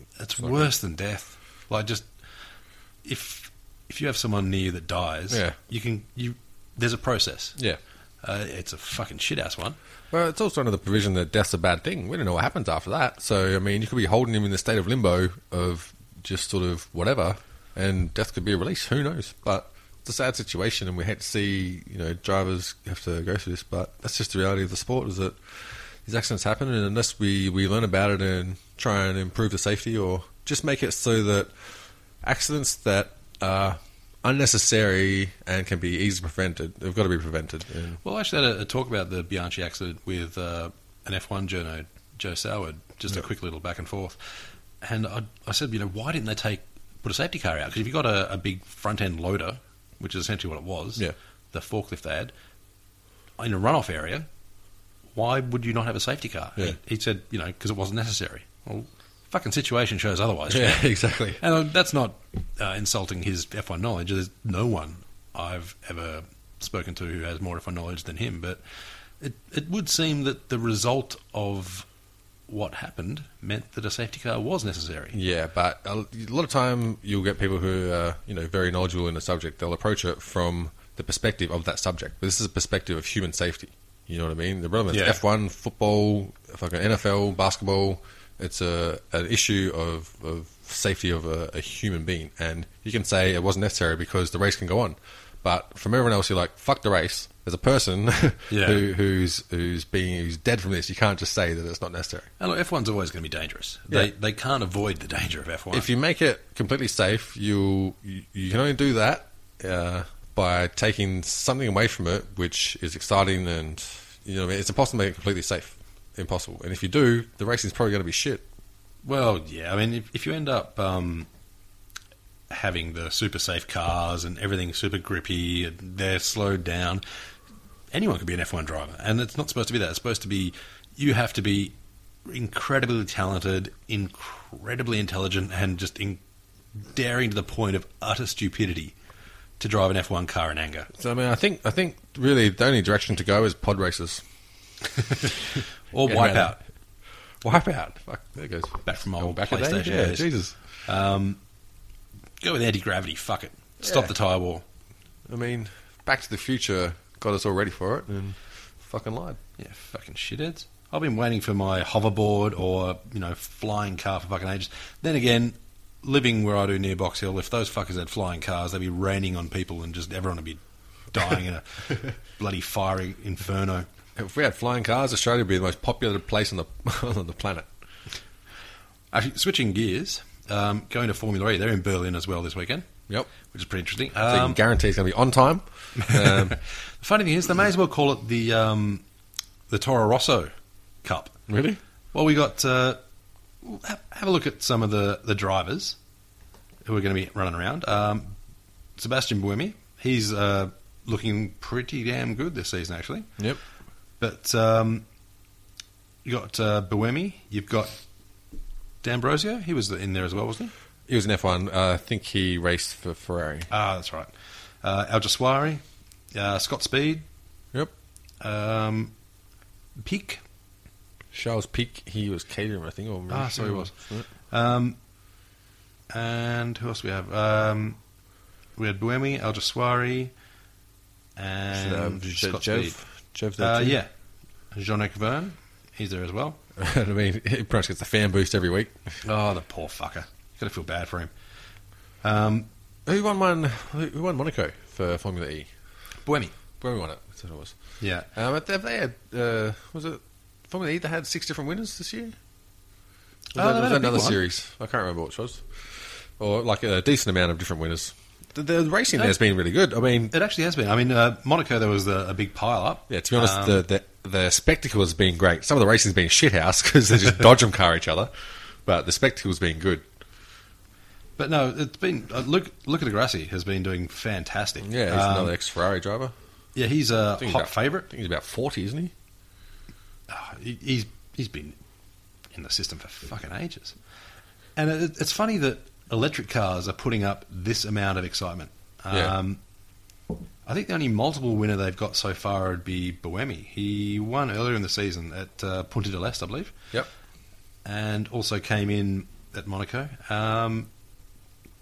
[SPEAKER 2] that's
[SPEAKER 3] Like-
[SPEAKER 2] worse than death. Like just if if you have someone near that dies,
[SPEAKER 3] Yeah.
[SPEAKER 2] you can you there's a process.
[SPEAKER 3] Yeah.
[SPEAKER 2] Uh, it's a fucking shit ass one.
[SPEAKER 3] Well, it's also under the provision that death's a bad thing. We don't know what happens after that. So, I mean, you could be holding him in the state of limbo of just sort of whatever, and death could be a release. Who knows? But it's a sad situation, and we hate to see, you know, drivers have to go through this. But that's just the reality of the sport is that these accidents happen, and unless we, we learn about it and try and improve the safety or just make it so that accidents that are unnecessary and can be easily prevented, they've got to be prevented. And
[SPEAKER 2] Well, I actually had a, a talk about the Bianchi accident with uh, an F1 journo, Joe Soward, just a quick little back and forth. And I, I said, you know, why didn't they take put a safety car out? Because if you got a, a big front end loader, which is essentially what it was,
[SPEAKER 3] Yeah.
[SPEAKER 2] the forklift they had, in a runoff area, why would you not have a safety car?
[SPEAKER 3] Yeah.
[SPEAKER 2] He, he said, you know, because it wasn't necessary. Well, fucking situation shows otherwise.
[SPEAKER 3] Yeah, exactly.
[SPEAKER 2] And uh, that's not uh, insulting his F1 knowledge. There's no one I've ever spoken to who has more F1 knowledge than him. But it, it would seem that the result of what happened meant that a safety car was necessary.
[SPEAKER 3] Yeah, but a lot of time you'll get people who are you know very knowledgeable in the subject. They'll approach it from the perspective of that subject. But this is a perspective of human safety. You know what I mean? The problem is
[SPEAKER 2] Yeah.
[SPEAKER 3] F1, football, fucking NFL, basketball. It's a an issue of, of safety of a, a human being, and you can say it wasn't necessary because the race can go on. But from everyone else, you're like, fuck the race. There's a person
[SPEAKER 2] Yeah.
[SPEAKER 3] who, who's who's being who's dead from this. You can't just say that it's not necessary.
[SPEAKER 2] And look, F1's always going to be dangerous. They,
[SPEAKER 3] Yeah.
[SPEAKER 2] they can't avoid the danger of F1.
[SPEAKER 3] If you make it completely safe, you'll, you you can only do that uh, by taking something away from it, which is exciting and you know what I mean? it's impossible to make it completely safe. Impossible. And if you do, the racing's probably going to be shit.
[SPEAKER 2] Well, yeah. I mean, if, if you end up um, having the super safe cars and everything super grippy, and they're slowed down. Anyone could be an F1 driver, and it's not supposed to be that. It's supposed to be you have to be incredibly talented, incredibly intelligent, and just in- daring to the point of utter stupidity to drive an F1 car in anger.
[SPEAKER 3] So I mean, I think I think really the only direction to go is pod races.
[SPEAKER 2] Or
[SPEAKER 3] Yeah,
[SPEAKER 2] wipe
[SPEAKER 3] man.
[SPEAKER 2] out.
[SPEAKER 3] Wipe out. Fuck, there goes
[SPEAKER 2] Back from
[SPEAKER 3] Going
[SPEAKER 2] old
[SPEAKER 3] back a day?
[SPEAKER 2] PlayStation
[SPEAKER 3] Yeah,
[SPEAKER 2] days.
[SPEAKER 3] Jesus.
[SPEAKER 2] Um, go with anti gravity. Fuck it. Stop
[SPEAKER 3] Yeah.
[SPEAKER 2] the tyre wall.
[SPEAKER 3] I mean, Back to the Future got us all ready for it and fucking lied.
[SPEAKER 2] Yeah, fucking shitheads. I've been waiting for my hoverboard or you know flying car for fucking ages. Then again, living where I do near Box Hill, if those fuckers had flying cars, they'd be raining on people and just everyone would be dying in a bloody fiery inferno.
[SPEAKER 3] If we had flying cars, Australia would be the most popular place on the on the planet.
[SPEAKER 2] Actually, switching gears, um, going to Formula E. They're in Berlin as well this weekend,
[SPEAKER 3] Yep.
[SPEAKER 2] which is pretty interesting.
[SPEAKER 3] So you can
[SPEAKER 2] Um,
[SPEAKER 3] guarantee it's going to be on time. Um,
[SPEAKER 2] the funny thing is, they may as well call it the um, the Toro Rosso Cup.
[SPEAKER 3] really?
[SPEAKER 2] Well, we got. Uh, have, have a look at some of the, the drivers who are going to be running around. Um, Sebastian Buemi, he's uh, looking pretty damn good this season, actually.
[SPEAKER 3] Yep.
[SPEAKER 2] But um, you got uh, Buemi, you've got D'Ambrosio, he was in there as well, wasn't he?
[SPEAKER 3] He was an F1. Uh, I think he raced for Ferrari.
[SPEAKER 2] Ah, that's right. Uh, Al Jaswari, uh, Scott Speed.
[SPEAKER 3] Yep.
[SPEAKER 2] Um, Peak.
[SPEAKER 3] Charles Peak, he was catering, I think. Or
[SPEAKER 2] Ah, so he was. Um, and who else we have? Um, we had Buemi, Al Jaswari, and
[SPEAKER 3] Um, Jeff,
[SPEAKER 2] Scott
[SPEAKER 3] Jeff,
[SPEAKER 2] Speed.
[SPEAKER 3] Jeff there
[SPEAKER 2] Uh,
[SPEAKER 3] too.
[SPEAKER 2] yeah, Jean-Luc Verne, he's there as well.
[SPEAKER 3] I mean, he pretty much gets a fan boost every week.
[SPEAKER 2] Oh, the poor fucker. Got to feel bad for him. Um,
[SPEAKER 3] Who won one? Who won Monaco for Formula E?
[SPEAKER 2] Buemi.
[SPEAKER 3] Where we won it? That's what it was.
[SPEAKER 2] Yeah.
[SPEAKER 3] Um, but have they had? Uh, was it Formula E? They had six different winners this year.
[SPEAKER 2] Oh,
[SPEAKER 3] Was that-
[SPEAKER 2] they've had
[SPEAKER 3] was that
[SPEAKER 2] a big
[SPEAKER 3] another
[SPEAKER 2] one.
[SPEAKER 3] series? I can't remember which was, or like a decent amount of different winners. The, the racing
[SPEAKER 2] Yeah.
[SPEAKER 3] there's been really good. I mean,
[SPEAKER 2] It actually has been. I mean, uh, Monaco, there was the, a big pile-up.
[SPEAKER 3] yeah. To be honest,
[SPEAKER 2] Um,
[SPEAKER 3] the, the the spectacle has been great. Some of the racing's been shithouse because they just dodge and car each other, but the spectacle's been good.
[SPEAKER 2] But no, it's been uh, Luke. Luca DeGrassi has been doing fantastic.
[SPEAKER 3] Yeah, he's
[SPEAKER 2] Um,
[SPEAKER 3] another ex Ferrari driver.
[SPEAKER 2] yeah, he's
[SPEAKER 3] I
[SPEAKER 2] a
[SPEAKER 3] think he's
[SPEAKER 2] hot
[SPEAKER 3] about- I
[SPEAKER 2] favourite.
[SPEAKER 3] think he's about forty, isn't he?
[SPEAKER 2] Ah, he- he's he's been in the system for fucking ages, and it, it's funny that electric cars are putting up this amount of excitement.
[SPEAKER 3] Yeah.
[SPEAKER 2] Um, I think the only multiple winner they've got so far would be Buemi. He won earlier in the season at uh, Punta del Este, I believe.
[SPEAKER 3] Yep.
[SPEAKER 2] And also came in at Monaco. Um,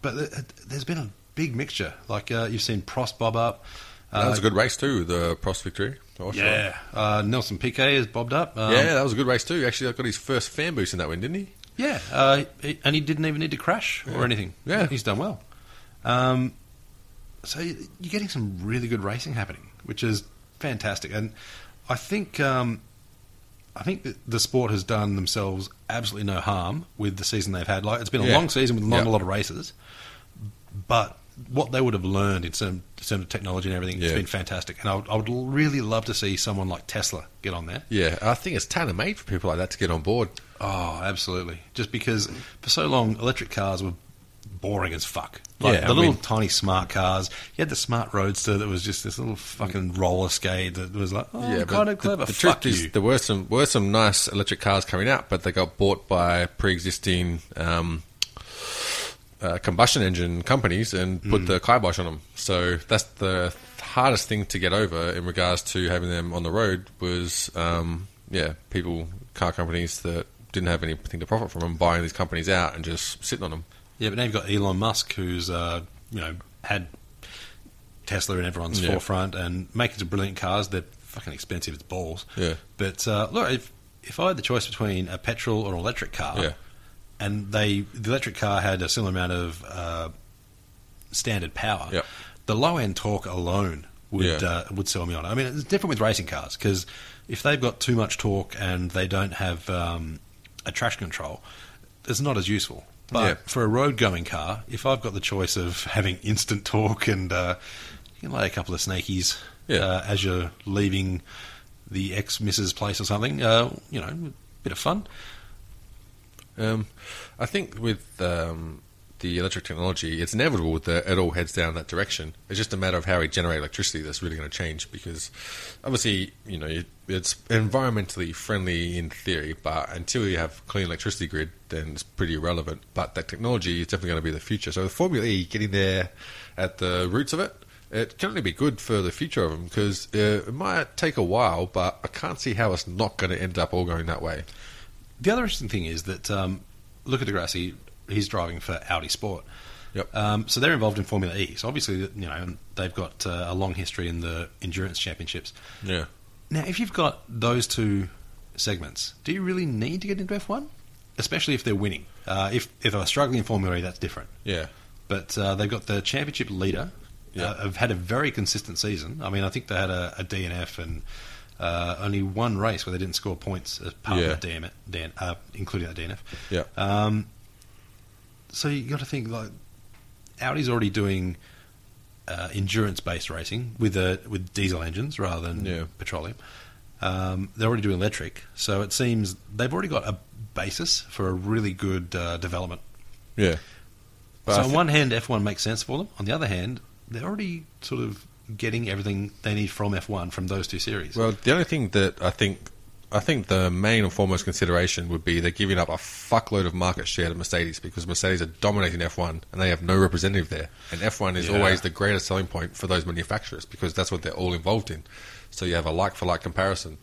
[SPEAKER 2] but th- th- there's been a big mixture. Like uh, you've seen Prost bob up. Uh,
[SPEAKER 3] that was a good race too. The Prost victory. I watched that.
[SPEAKER 2] Yeah. Uh, Nelson Piquet has bobbed up. Um,
[SPEAKER 3] yeah, that was a good race too. Actually, I got his first fan boost in that win, didn't he?
[SPEAKER 2] Yeah, uh, he- and he didn't even need to crash
[SPEAKER 3] Yeah.
[SPEAKER 2] or anything.
[SPEAKER 3] Yeah.
[SPEAKER 2] he's done well. Um, so y- you're getting some really good racing happening, which is fantastic. And I think um, I think that the sport has done themselves absolutely no harm with the season they've had. Like it's been a
[SPEAKER 3] Yeah.
[SPEAKER 2] long season with not
[SPEAKER 3] Yeah.
[SPEAKER 2] a lot of races, but what they would have learned in term- in terms of technology and everything, it's
[SPEAKER 3] Yeah.
[SPEAKER 2] been fantastic. And I would, I would really love to see someone like Tesla get on there.
[SPEAKER 3] Yeah, I think it's tailor made for people like that to get on board.
[SPEAKER 2] Oh, absolutely. Just because for so long, electric cars were boring as fuck. Like
[SPEAKER 3] Yeah, I
[SPEAKER 2] the little
[SPEAKER 3] mean-
[SPEAKER 2] tiny smart cars. You had the smart roadster that was just this little fucking roller skate that was like, oh,
[SPEAKER 3] yeah,
[SPEAKER 2] kind
[SPEAKER 3] but
[SPEAKER 2] of clever.
[SPEAKER 3] The, the
[SPEAKER 2] fuck
[SPEAKER 3] truth
[SPEAKER 2] you.
[SPEAKER 3] is, there were some were some nice electric cars coming out, but they got bought by pre existing um, uh, combustion engine companies and
[SPEAKER 2] Hmm.
[SPEAKER 3] put the kibosh on them. So that's the hardest thing to get over in regards to having them on the road was um, yeah, people, car companies that didn't have anything to profit from them buying these companies out and just sitting on them.
[SPEAKER 2] yeah, but now you've got Elon Musk, who's uh, you know had Tesla in everyone's
[SPEAKER 3] Yeah.
[SPEAKER 2] forefront and making some brilliant cars. They're fucking expensive as balls.
[SPEAKER 3] Yeah.
[SPEAKER 2] But uh, look, if if I had the choice between a petrol or an electric car,
[SPEAKER 3] Yeah.
[SPEAKER 2] and they the electric car had a similar amount of uh, standard power.
[SPEAKER 3] Yep.
[SPEAKER 2] The low end torque alone would
[SPEAKER 3] Yeah.
[SPEAKER 2] uh, would sell me on. it. I mean, it's different with racing cars because if they've got too much torque and they don't have um, a traction control, it's not as useful. But
[SPEAKER 3] Yeah.
[SPEAKER 2] for a road going car, if I've got the choice of having instant torque and uh, you can lay a couple of snakies
[SPEAKER 3] Yeah.
[SPEAKER 2] uh, as you're leaving the ex Mrs. place or something, uh, you know, a bit of fun.
[SPEAKER 3] Um, I think with um, the electric technology, it's inevitable that it all heads down that direction. It's just a matter of how we generate electricity that's really going to change because obviously, you know, it, it's environmentally friendly in theory, but until you have clean electricity grid, then it's pretty irrelevant. But that technology is definitely going to be the future. So Formula E getting there at the roots of it, it can only be good for the future of them because uh, it might take a while, but I can't see how it's not going to end up all going that way.
[SPEAKER 2] The other interesting thing is that um, Luca Degrassi, he's driving for Audi Sport.
[SPEAKER 3] Yep.
[SPEAKER 2] Um, so they're involved in Formula E. So obviously, you know, they've got uh, a long history in the endurance championships.
[SPEAKER 3] Yeah.
[SPEAKER 2] Now, if you've got those two segments, do you really need to get into F1? Especially if they're winning. Uh, if, if they're struggling in Formula E, that's different.
[SPEAKER 3] Yeah.
[SPEAKER 2] But uh, they've got the championship leader.
[SPEAKER 3] Yeah.
[SPEAKER 2] Uh, have had a very consistent season. I mean, I think they had a, a DNF and uh, only one race where they didn't score points as part
[SPEAKER 3] Yeah.
[SPEAKER 2] of that DM, Dan, uh, including that DNF.
[SPEAKER 3] Yeah.
[SPEAKER 2] Um, so you got to think like Audi's already doing uh, endurance-based racing with uh, with diesel engines rather than
[SPEAKER 3] Yeah.
[SPEAKER 2] petroleum. Um, they're already doing electric, so it seems they've already got a basis for a really good uh, development.
[SPEAKER 3] Yeah. But
[SPEAKER 2] so
[SPEAKER 3] I
[SPEAKER 2] on
[SPEAKER 3] thi-
[SPEAKER 2] one hand, F1 makes sense for them. On the other hand, they're already sort of getting everything they need from F1 from those two series.
[SPEAKER 3] Well, the only thing that I think, I think the main and foremost consideration would be they're giving up a fuckload of market share to Mercedes because Mercedes are dominating F1 and they have no representative there. And F1 is
[SPEAKER 2] Yeah.
[SPEAKER 3] always the greatest selling point for those manufacturers because that's what they're all involved in. So you have a like for like comparison.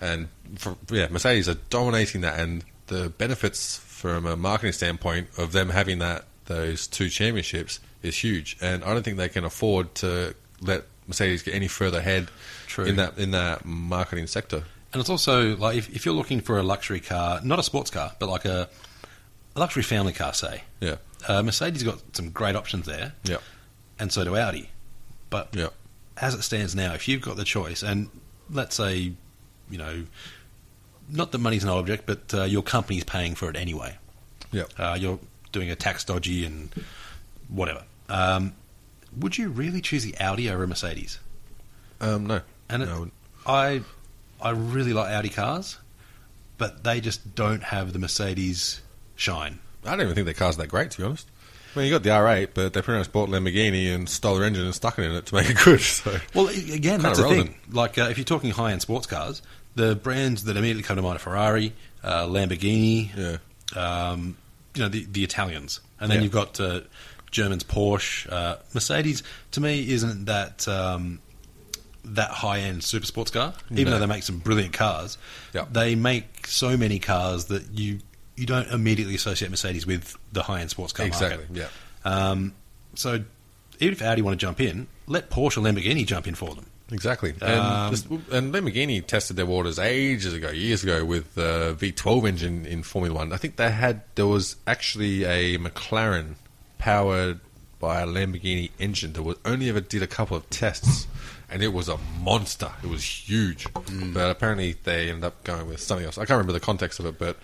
[SPEAKER 3] And for, yeah, Mercedes are dominating that, and the benefits from a marketing standpoint of them having that those two championships is huge. And I don't think they can afford to let Mercedes get any further ahead
[SPEAKER 2] True.
[SPEAKER 3] in that in that marketing sector.
[SPEAKER 2] And it's also like if, if you're looking for a luxury car, not a sports car, but like a, a luxury family car, say.
[SPEAKER 3] Yeah.
[SPEAKER 2] Uh, Mercedes got some great options there.
[SPEAKER 3] Yeah.
[SPEAKER 2] And so do Audi. But
[SPEAKER 3] Yeah.
[SPEAKER 2] as it stands now, if you've got the choice, and let's say, you know, not that money's an object, but uh, your company's paying for it anyway.
[SPEAKER 3] Yeah.
[SPEAKER 2] Uh, you're doing a tax dodgy and whatever. Um, would you really choose the Audi over a Mercedes?
[SPEAKER 3] Um, no.
[SPEAKER 2] And it-
[SPEAKER 3] No, I wouldn't.
[SPEAKER 2] I I really like Audi cars, but they just don't have the Mercedes shine.
[SPEAKER 3] I don't even think their cars are that great, to be honest. I mean, you got the R8, but they pretty much bought Lamborghini and stole their engine and stuck it in it to make it good. So
[SPEAKER 2] Well, a- again,
[SPEAKER 3] Kinda
[SPEAKER 2] that's the
[SPEAKER 3] relevant.
[SPEAKER 2] thing. Like uh, if you're talking high-end sports cars, the brands that immediately come to mind are Ferrari, uh, Lamborghini,
[SPEAKER 3] yeah,
[SPEAKER 2] um, you know, the, the Italians, and then
[SPEAKER 3] Yeah.
[SPEAKER 2] you've got uh, Germans, Porsche, uh, Mercedes. To me, isn't that um, that high end super sports car? Even
[SPEAKER 3] No.
[SPEAKER 2] though they make some brilliant cars,
[SPEAKER 3] Yeah.
[SPEAKER 2] they make so many cars that you you don't immediately associate Mercedes with the high end sports car
[SPEAKER 3] exactly.
[SPEAKER 2] market.
[SPEAKER 3] Yeah.
[SPEAKER 2] Um, so even if Audi want to jump in, let Porsche or Lamborghini jump in for them.
[SPEAKER 3] Exactly. And,
[SPEAKER 2] Um,
[SPEAKER 3] this- and Lamborghini tested their waters ages ago, years ago, with the V12 engine in Formula One. I think they had there was actually a McLaren powered by a Lamborghini engine that was only ever did a couple of tests, and it was a monster. It was huge, but apparently they ended up going with something else. I can't remember the context of it, but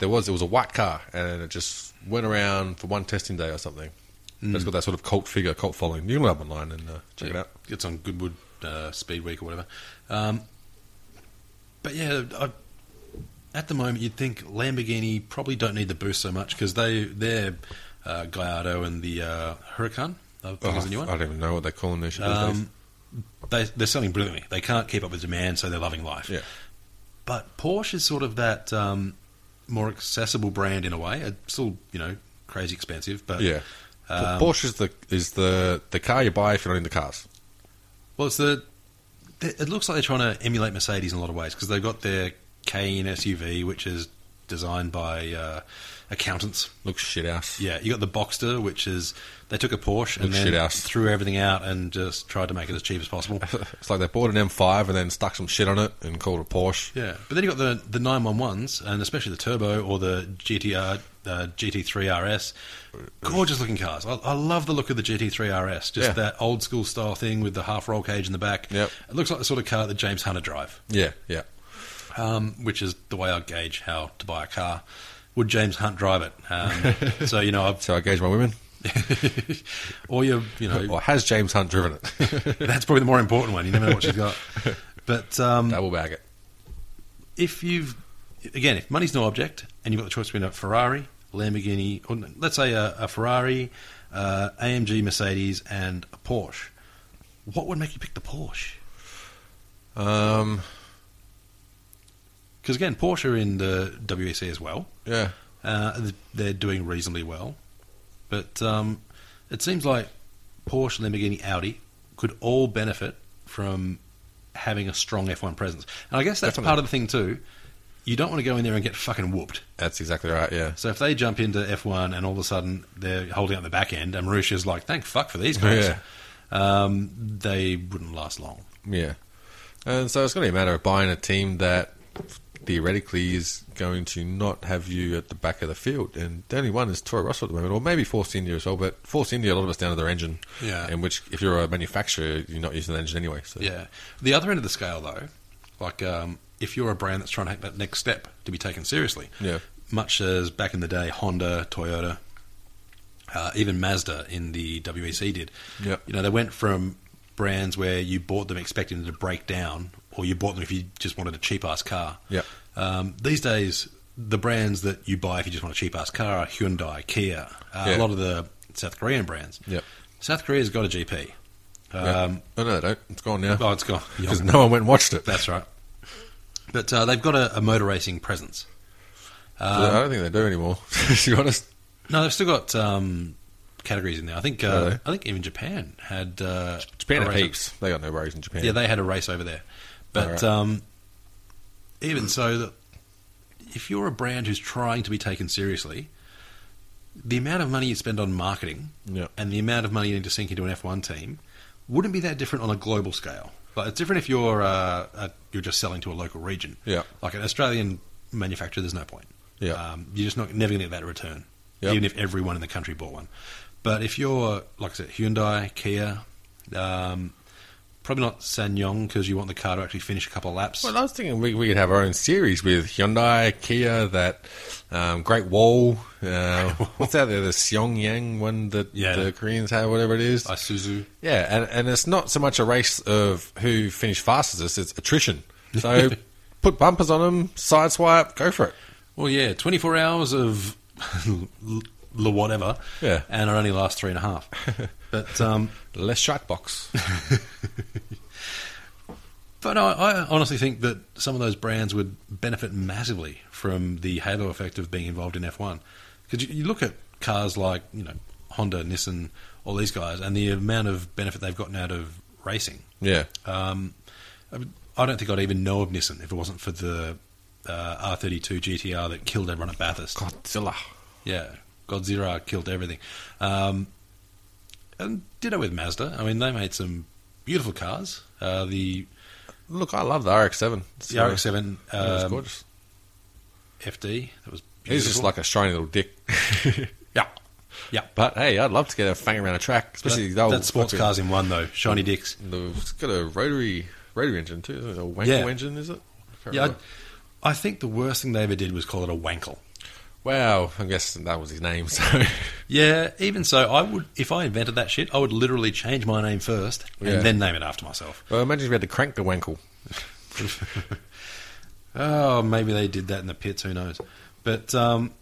[SPEAKER 3] there was it was a white car, and it just went around for one testing day or something. It's got that sort of cult figure, cult following. You can look it up online and uh, check it out.
[SPEAKER 2] It's on Goodwood uh, Speed Week or whatever. Um, but yeah, I, at the moment you'd think Lamborghini probably don't need the boost so much because they their uh, Gallardo and the uh, Huracan, I think is the new
[SPEAKER 3] Uh-huh. Oh, I
[SPEAKER 2] one.
[SPEAKER 3] don't even know what they're calling their shit these days.
[SPEAKER 2] Um, they, they're selling brilliantly. They can't keep up with demand, so they're loving life.
[SPEAKER 3] Yeah.
[SPEAKER 2] But Porsche is sort of that um, more accessible brand in a way. It's still, you know, crazy expensive, but
[SPEAKER 3] Yeah.
[SPEAKER 2] um,
[SPEAKER 3] Porsche is the is the the car you buy if you're not in the cars.
[SPEAKER 2] Well, it's the. th- It looks like they're trying to emulate Mercedes in a lot of ways because they've got their Cayenne SUV, which is designed by uh, accountants.
[SPEAKER 3] Looks shit ass.
[SPEAKER 2] Yeah, you got the Boxster, which is they took a Porsche and
[SPEAKER 3] Looks
[SPEAKER 2] then
[SPEAKER 3] shit house.
[SPEAKER 2] threw everything out and just tried to make it as cheap as possible.
[SPEAKER 3] It's like they bought an M5 and then stuck some shit on it and called it a Porsche.
[SPEAKER 2] yeah, but then you got the the nine one ones and especially the turbo or the GTR uh, GT3 RS. Gorgeous looking cars. I, I love the look of the GT3 RS. Just
[SPEAKER 3] Yeah.
[SPEAKER 2] that old school style thing with the half roll cage in the back.
[SPEAKER 3] Yep.
[SPEAKER 2] It looks like the sort of car that James Hunter drive.
[SPEAKER 3] Yeah, yeah.
[SPEAKER 2] um, which is the way I gauge how to buy a car. Would James Hunt drive it? Um, so you know, I've,
[SPEAKER 3] So I gauge my women.
[SPEAKER 2] or you, you know,
[SPEAKER 3] Or has James Hunt driven it?
[SPEAKER 2] that's probably the more important one. You never know what she's got. But um,
[SPEAKER 3] Double bag it.
[SPEAKER 2] if you've, again, if money's no object and you've got the choice between a Ferrari, Lamborghini, or no, let's say a, a Ferrari, uh, AMG, Mercedes, and a Porsche. What would make you pick the Porsche?
[SPEAKER 3] Um,
[SPEAKER 2] Because again, Porsche are in the WEC as well.
[SPEAKER 3] yeah.
[SPEAKER 2] Uh, th- they're doing reasonably well, but um, it seems like Porsche, Lamborghini, Audi could all benefit from having a strong F1 presence. And I guess that's
[SPEAKER 3] Definitely.
[SPEAKER 2] part of the thing too. You don't want to go in there and get fucking whooped.
[SPEAKER 3] That's exactly right, yeah.
[SPEAKER 2] So if they jump into F1 and all of a sudden they're holding up the back end, and Marusha's like, "Thank fuck for these guys,"
[SPEAKER 3] Yeah.
[SPEAKER 2] um, they wouldn't last long.
[SPEAKER 3] Yeah. And so it's going to be a matter of buying a team that theoretically is going to not have you at the back of the field. And the only one is Toro Rosso at the moment, or maybe Force India as well. But Force India, a lot of us down to their engine.
[SPEAKER 2] Yeah.
[SPEAKER 3] In which, if you're a manufacturer, you're not using the engine anyway. So
[SPEAKER 2] Yeah. The other end of the scale, though, like um, if you're a brand that's trying to take that next step to be taken seriously,
[SPEAKER 3] Yeah.
[SPEAKER 2] much as back in the day Honda, Toyota, uh, even Mazda in the WEC did.
[SPEAKER 3] Yep.
[SPEAKER 2] You know, they went from brands where you bought them expecting them to break down, or you bought them if you just wanted a cheap ass car.
[SPEAKER 3] Yep.
[SPEAKER 2] Um, these days, the brands that you buy if you just want a cheap ass car are Hyundai, Kia, uh, a
[SPEAKER 3] Yeah.
[SPEAKER 2] lot of the South Korean brands.
[SPEAKER 3] Yep.
[SPEAKER 2] South Korea's got a GP.
[SPEAKER 3] Yeah.
[SPEAKER 2] Um,
[SPEAKER 3] oh, no, they don't. It's gone now.
[SPEAKER 2] Oh, it's gone.
[SPEAKER 3] Because no one went and watched it.
[SPEAKER 2] That's right. But uh, they've got a, a motor racing presence.
[SPEAKER 3] I don't think they do anymore, to be honest.
[SPEAKER 2] No, they've still got um, categories in there. I think.
[SPEAKER 3] Oh,
[SPEAKER 2] Uh,
[SPEAKER 3] they?
[SPEAKER 2] I think even Japan had uh,
[SPEAKER 3] Japan
[SPEAKER 2] a
[SPEAKER 3] have
[SPEAKER 2] race-
[SPEAKER 3] heaps. They got no worries in Japan.
[SPEAKER 2] Yeah, they had a race over there. But
[SPEAKER 3] Alright.
[SPEAKER 2] um, even so, the, if you're a brand who's trying to be taken seriously, the amount of money you spend on marketing
[SPEAKER 3] Yeah.
[SPEAKER 2] and the amount of money you need to sink into an F1 team wouldn't be that different on a global scale. Like it's different if you're uh, uh you're just selling to a local region.
[SPEAKER 3] Yeah.
[SPEAKER 2] Like an Australian manufacturer, there's no point.
[SPEAKER 3] Yeah.
[SPEAKER 2] Um, you're just not never going to get that return,
[SPEAKER 3] Yep.
[SPEAKER 2] even if everyone in the country bought one. But if you're like I said, Hyundai, Kia, um, probably not Sanyong because you want the car to actually finish a couple of laps.
[SPEAKER 3] Well, I was thinking we, we could have our own series with Hyundai, Kia, that um, Great Wall. Uh, what's out there? The Seongyang one that
[SPEAKER 2] Yeah.
[SPEAKER 3] the Koreans have, whatever it is.
[SPEAKER 2] Isuzu.
[SPEAKER 3] yeah, and, and it's not so much a race of who finished fastest, it's attrition. So put bumpers on them, sideswipe, go for it.
[SPEAKER 2] Well, yeah, 24 hours of l- l- whatever.
[SPEAKER 3] Yeah.
[SPEAKER 2] And it only lasts three and a half. but um,
[SPEAKER 3] Less shot box.
[SPEAKER 2] but I, I honestly think that some of those brands would benefit massively from the halo effect of being involved in F1. Because you, you look at cars like, you know, Honda, Nissan, all these guys, and the amount of benefit they've gotten out of racing.
[SPEAKER 3] Yeah.
[SPEAKER 2] Um, I mean, I don't think I'd even know of Nissan if it wasn't for the uh, R32 GTR that killed everyone at Bathurst.
[SPEAKER 3] Godzilla.
[SPEAKER 2] Yeah, Godzilla killed everything. Um, and ditto with Mazda. I mean, they made some beautiful cars. Uh, the,
[SPEAKER 3] Look, I love the RX 7.
[SPEAKER 2] the RX-7
[SPEAKER 3] It's
[SPEAKER 2] um,
[SPEAKER 3] uh, gorgeous.
[SPEAKER 2] FD, that was beautiful.
[SPEAKER 3] He's just like a shiny little dick.
[SPEAKER 2] Yeah, yeah.
[SPEAKER 3] But hey, I'd love to get a fang around a track, especially
[SPEAKER 2] That,
[SPEAKER 3] the old Mm.
[SPEAKER 2] that's sports
[SPEAKER 3] fucking-
[SPEAKER 2] cars in one, though. Shiny dicks.
[SPEAKER 3] The, it's got a rotary rotary engine too. Isn't it? A Wankel
[SPEAKER 2] Yeah.
[SPEAKER 3] engine, is it? I can't
[SPEAKER 2] Yeah,
[SPEAKER 3] remember.
[SPEAKER 2] I, I think the worst thing they ever did was call it a wankle.
[SPEAKER 3] Wow. I guess that was his name. So
[SPEAKER 2] Yeah, even so, I would if I invented that shit, I would literally change my name first and
[SPEAKER 3] Yeah.
[SPEAKER 2] then name it after myself.
[SPEAKER 3] well, imagine if we had to crank the Wankel.
[SPEAKER 2] Oh, maybe they did that in the pits. Who knows? But um,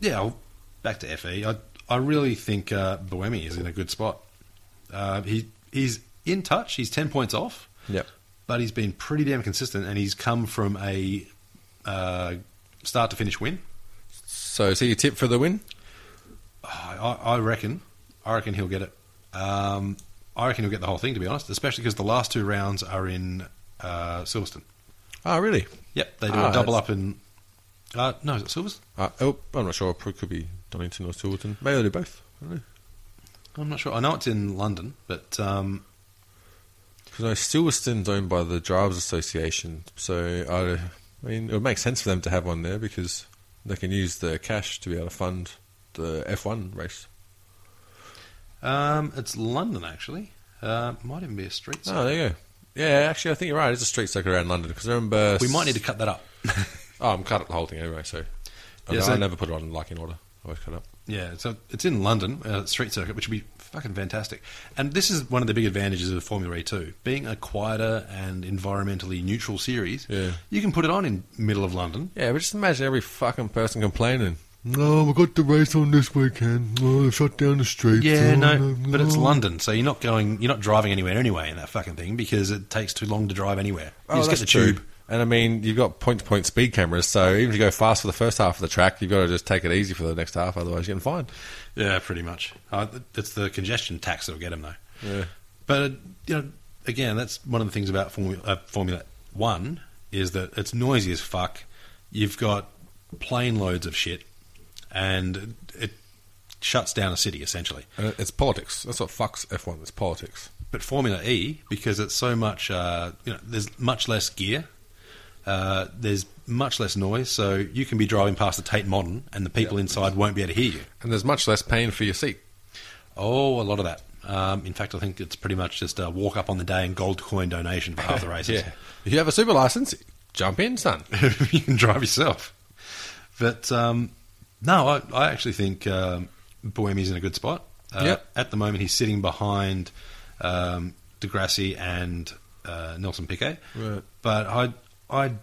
[SPEAKER 2] yeah, I'll- back to Fe. I I really think uh, Buemi is in a good spot. Uh, he he's in touch. He's ten points off.
[SPEAKER 3] Yep.
[SPEAKER 2] But he's been pretty damn consistent, and he's come from a uh, start to finish win.
[SPEAKER 3] So, is he a tip for the win?
[SPEAKER 2] I, I I reckon. I reckon he'll get it. Um, I reckon he'll get the whole thing, to be honest, especially because the last two rounds are in uh, Silverstone.
[SPEAKER 3] Oh, really?
[SPEAKER 2] Yep, they do Oh,
[SPEAKER 3] Ah,
[SPEAKER 2] a double
[SPEAKER 3] that's-
[SPEAKER 2] up in. Uh, no, is it Silverstone?
[SPEAKER 3] Uh, oh, I'm not sure. It could be Donington or Silverton. Maybe they do both. I don't know.
[SPEAKER 2] I'm not sure. I know it's in London, but um,
[SPEAKER 3] Because no, Silverstone's owned by the Drivers Association, so I, I mean, it would make sense for them to have one there because they can use the cash to be able to fund the F1 race.
[SPEAKER 2] um, it's London actually. Uh, might even be a street.
[SPEAKER 3] Oh,
[SPEAKER 2] circuit.
[SPEAKER 3] there you go. Yeah, actually, I think you're right. It's a street circuit around London because I remember
[SPEAKER 2] we might need to cut that up.
[SPEAKER 3] Oh, I'm cut up the whole thing anyway, so. I,
[SPEAKER 2] Yeah,
[SPEAKER 3] know,
[SPEAKER 2] so-
[SPEAKER 3] I never put it on like in order. I always cut up.
[SPEAKER 2] yeah, so it's in London, uh, street circuit, which would be fucking fantastic. And this is one of the big advantages of Formula E too, being a quieter and environmentally neutral series.
[SPEAKER 3] Yeah.
[SPEAKER 2] you can put it on in middle of London.
[SPEAKER 3] Yeah, but just imagine every fucking person complaining.
[SPEAKER 5] No, we got the race on this weekend. No, they shut down the streets.
[SPEAKER 2] Yeah,
[SPEAKER 5] Oh,
[SPEAKER 2] no, but it's
[SPEAKER 5] no.
[SPEAKER 2] London, so you're not going, you're not driving anywhere anyway in that fucking thing because it takes too long to drive anywhere. You
[SPEAKER 3] Oh,
[SPEAKER 2] just get
[SPEAKER 3] that's
[SPEAKER 2] the
[SPEAKER 3] true.
[SPEAKER 2] tube.
[SPEAKER 3] And I mean, you've got point to point speed cameras, so even if you go fast for the first half of the track, you've got to just take it easy for the next half, otherwise you're getting fined.
[SPEAKER 2] Yeah, pretty much. Uh, th- it's the congestion tax that'll get them though. Yeah. But uh, you know, again, that's one of the things about Formula, uh, Formula One is that it's noisy as fuck. You've got plane loads of shit, and it shuts down a city essentially.
[SPEAKER 3] And it- it's politics. That's what fucks F1. It's politics.
[SPEAKER 2] But Formula E, because it's so much, uh, you know, there's much less gear. Uh, there's much less noise, so you can be driving past the Tate Modern, and the people inside won't be able to hear you.
[SPEAKER 3] And there's much less pain for your seat.
[SPEAKER 2] Oh, a lot of that. Um, in fact, I think it's pretty much just a walk up on the day and gold coin donation for half the races.
[SPEAKER 3] If you have a super license, jump in, son.
[SPEAKER 2] you can drive yourself. But um, no, I, I actually think um, Boemi's in a good spot. Uh,
[SPEAKER 3] Yep.
[SPEAKER 2] At the moment, he's sitting behind um, Degrassi and uh, Nelson Piquet.
[SPEAKER 3] Right.
[SPEAKER 2] But I, I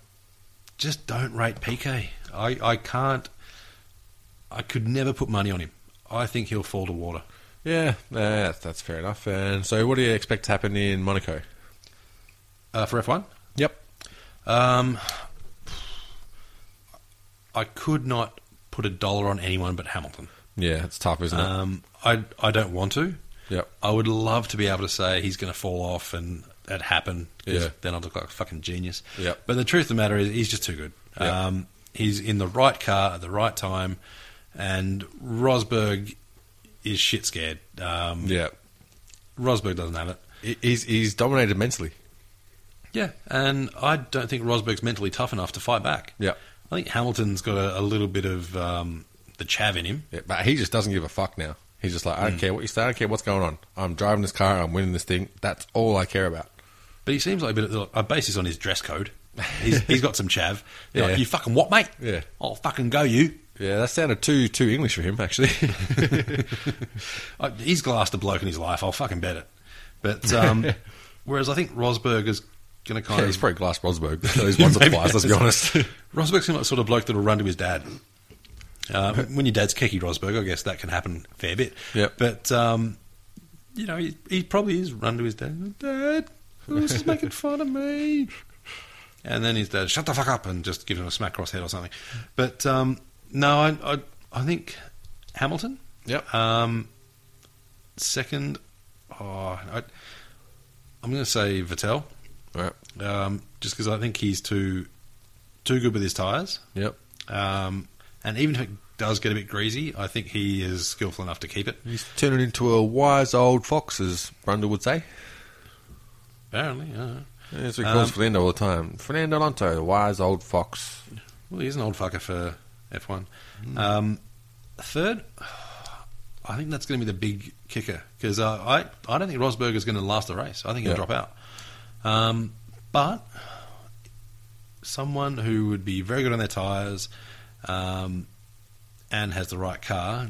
[SPEAKER 2] just don't rate Piquet. I, I can't. I could never put money on him. I think he'll fall to water.
[SPEAKER 3] Yeah, nah, that's, that's fair enough. And so, what do you expect to happen in Monaco?
[SPEAKER 2] Uh, for F1?
[SPEAKER 3] Yep.
[SPEAKER 2] Um, I could not put a dollar on anyone but Hamilton.
[SPEAKER 3] Yeah, it's tough, isn't it?
[SPEAKER 2] Um, I I don't want to.
[SPEAKER 3] Yep.
[SPEAKER 2] I would love to be able to say he's going to fall off and it happen. 'cause
[SPEAKER 3] Yeah.
[SPEAKER 2] Then I'd look like a fucking genius.
[SPEAKER 3] Yep.
[SPEAKER 2] But the truth of the matter is, he's just too good.
[SPEAKER 3] Yep.
[SPEAKER 2] Um, he's in the right car at the right time, and Rosberg is shit scared. Um,
[SPEAKER 3] yeah,
[SPEAKER 2] Rosberg doesn't have it.
[SPEAKER 3] He- he's he's dominated mentally.
[SPEAKER 2] Yeah, and I don't think Rosberg's mentally tough enough to fight back.
[SPEAKER 3] Yep.
[SPEAKER 2] I think Hamilton's got a, a little bit of um, the chav in him.
[SPEAKER 3] Yeah, but he just doesn't give a fuck now. He's just like, I don't care what you say, I don't care what's going on. I'm driving this car, I'm winning this thing. That's all I care about.
[SPEAKER 2] But he seems like a bit of. I base this on his dress code. He's, he's got some chav. They're like,
[SPEAKER 3] Yeah.
[SPEAKER 2] you fucking what, mate?
[SPEAKER 3] Yeah.
[SPEAKER 2] I'll fucking go you.
[SPEAKER 3] Yeah, that sounded too too English for him, actually.
[SPEAKER 2] I, he's glassed a bloke in his life. I'll fucking bet it. But um, whereas I think Rosberg is going to kind
[SPEAKER 3] yeah,
[SPEAKER 2] of.
[SPEAKER 3] he's probably Glass Rosberg. Those ones are twice, let's be honest.
[SPEAKER 2] Rosberg seems like the sort of bloke that'll run to his dad. Uh, when your dad's kecky Rosberg, I guess that can happen a fair bit.
[SPEAKER 3] Yep.
[SPEAKER 2] But, um, you know, he, he probably is run to his dad. Dad, who's just making fun of me? And then his dad, shut the fuck up, and just give him a smack across the head or something. But, um, no, I, I, I think Hamilton.
[SPEAKER 3] Yep.
[SPEAKER 2] Um, second, oh, I, I'm going to say Vettel
[SPEAKER 3] All right.
[SPEAKER 2] um, just because I think he's too too good with his tyres.
[SPEAKER 3] Yep.
[SPEAKER 2] Um, and even if it does get a bit greasy, I think he is skillful enough to keep it.
[SPEAKER 3] He's turning into a wise old fox, as Brundle would say.
[SPEAKER 2] Apparently, yeah.
[SPEAKER 3] Yeah, That's what he calls
[SPEAKER 2] Um,
[SPEAKER 3] Fernando all the time. Fernando Alonso, the wise old fox.
[SPEAKER 2] well, he's an old fucker for F1. Um, third, I think that's going to be the big kicker because uh, I I don't think Rosberg is going to last the race. I think he'll
[SPEAKER 3] Yeah.
[SPEAKER 2] drop out. Um, but someone who would be very good on their tyres um, and has the right car,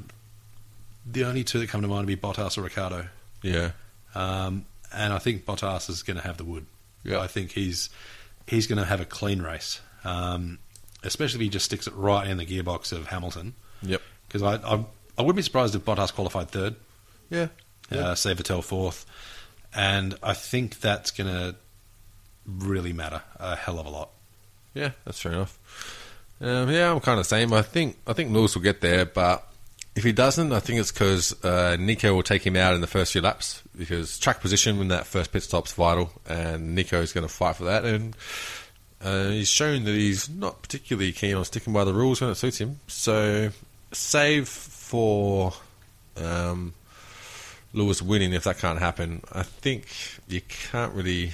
[SPEAKER 2] the only two that come to mind would be Bottas or Ricardo.
[SPEAKER 3] Yeah.
[SPEAKER 2] Um, and I think Bottas is going to have the wood.
[SPEAKER 3] Yeah.
[SPEAKER 2] I think he's he's going to have a clean race, um, especially if he just sticks it right in the gearbox of Hamilton.
[SPEAKER 3] Yep.
[SPEAKER 2] Because I, I I wouldn't be surprised if Bottas qualified third,
[SPEAKER 3] Yeah.
[SPEAKER 2] uh, say Vettel fourth, and I think that's going to really matter a hell of a lot.
[SPEAKER 3] Yeah, that's fair enough. Um, yeah, I'm kind of the same. I think I think Lewis will get there, but if he doesn't, I think it's because uh, Nico will take him out in the first few laps because track position when that first pit stop's vital, and Nico is going to fight for that. And uh, he's shown that he's not particularly keen on sticking by the rules when it suits him. So, save for um, Lewis winning, if that can't happen, I think you can't really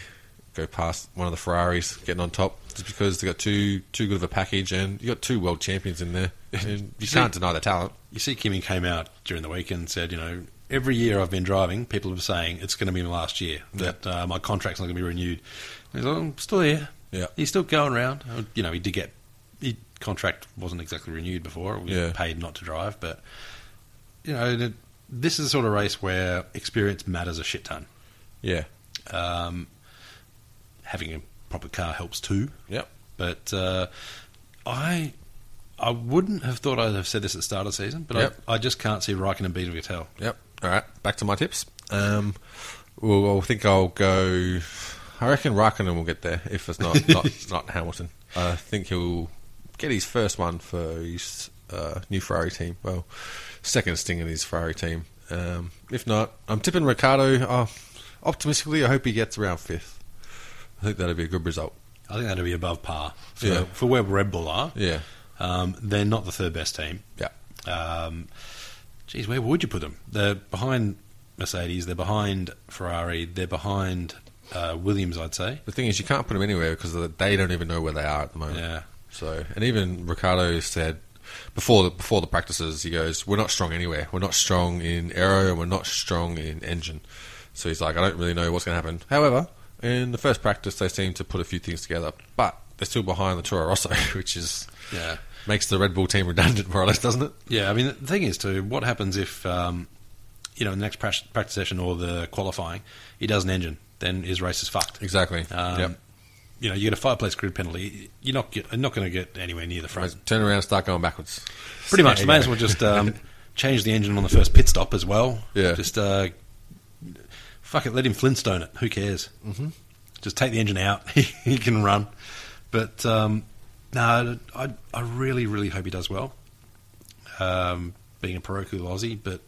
[SPEAKER 3] go past one of the Ferraris getting on top just because they've got too too good of a package and you've got two world champions in there. And you can't deny their talent.
[SPEAKER 2] You see, Kimmy came out during the week and said, you know, every year I've been driving, people are saying it's going to be my last year, that uh, my contract's not going to be renewed. And he's like, I'm still here.
[SPEAKER 3] Yeah.
[SPEAKER 2] He's still going around. Uh, You know, he did get, his contract wasn't exactly renewed before. He was
[SPEAKER 3] Yeah.
[SPEAKER 2] paid not to drive, but, you know, and it- this is the sort of race where experience matters a shit ton.
[SPEAKER 3] Yeah.
[SPEAKER 2] Um, having a proper car helps too.
[SPEAKER 3] Yep.
[SPEAKER 2] But uh, I I wouldn't have thought I'd have said this at the start of the season, but
[SPEAKER 3] Yep.
[SPEAKER 2] I, I just can't see Raikkonen beating Vettel.
[SPEAKER 3] Yep. All right. Back to my tips. Um, well, I think I'll go. I reckon Raikkonen will get there if it's not not, not Hamilton. I think he'll get his first one for his uh, new Ferrari team. Well, second sting in his Ferrari team. Um, if not, I'm tipping Ricardo. Uh, optimistically, I hope he gets around fifth. I think that'd be a good result.
[SPEAKER 2] I think that'd be above par for,
[SPEAKER 3] Yeah.
[SPEAKER 2] for where Red Bull are.
[SPEAKER 3] Yeah.
[SPEAKER 2] Um, they're not the third best team.
[SPEAKER 3] Yeah.
[SPEAKER 2] Um, geez, where would you put them? They're behind Mercedes. They're behind Ferrari. They're behind uh, Williams. I'd say.
[SPEAKER 3] The thing is, you can't put them anywhere because they don't even know where they are at the moment.
[SPEAKER 2] Yeah.
[SPEAKER 3] So, and even Ricardo said before the, before the practices, he goes, "We're not strong anywhere. We're not strong in aero, and we're not strong in engine." So he's like, "I don't really know what's going to happen." However, in the first practice, they seem to put a few things together, but they're still behind the Toro Rosso, which is
[SPEAKER 2] Yeah.
[SPEAKER 3] makes the Red Bull team redundant more or less, doesn't it?
[SPEAKER 2] Yeah. I mean, the thing is, too, what happens if um, you know the next prac- practice session or the qualifying he does an engine? Then his race is fucked.
[SPEAKER 3] Exactly.
[SPEAKER 2] Um,
[SPEAKER 3] yep.
[SPEAKER 2] You know, you get a five-place grid penalty. You're not get, you're not going to get anywhere near the front.
[SPEAKER 3] Turn around, and start going backwards.
[SPEAKER 2] Pretty much,
[SPEAKER 3] Yeah,
[SPEAKER 2] may
[SPEAKER 3] yeah.
[SPEAKER 2] as well just um, change the engine on the first pit stop as well.
[SPEAKER 3] Yeah.
[SPEAKER 2] Just uh, fuck it, let him Flintstone it. Who cares? Mm-hmm. Just take the engine out. he can run. But um, no, I, I really, really hope he does well. Um, being a parochial Aussie, but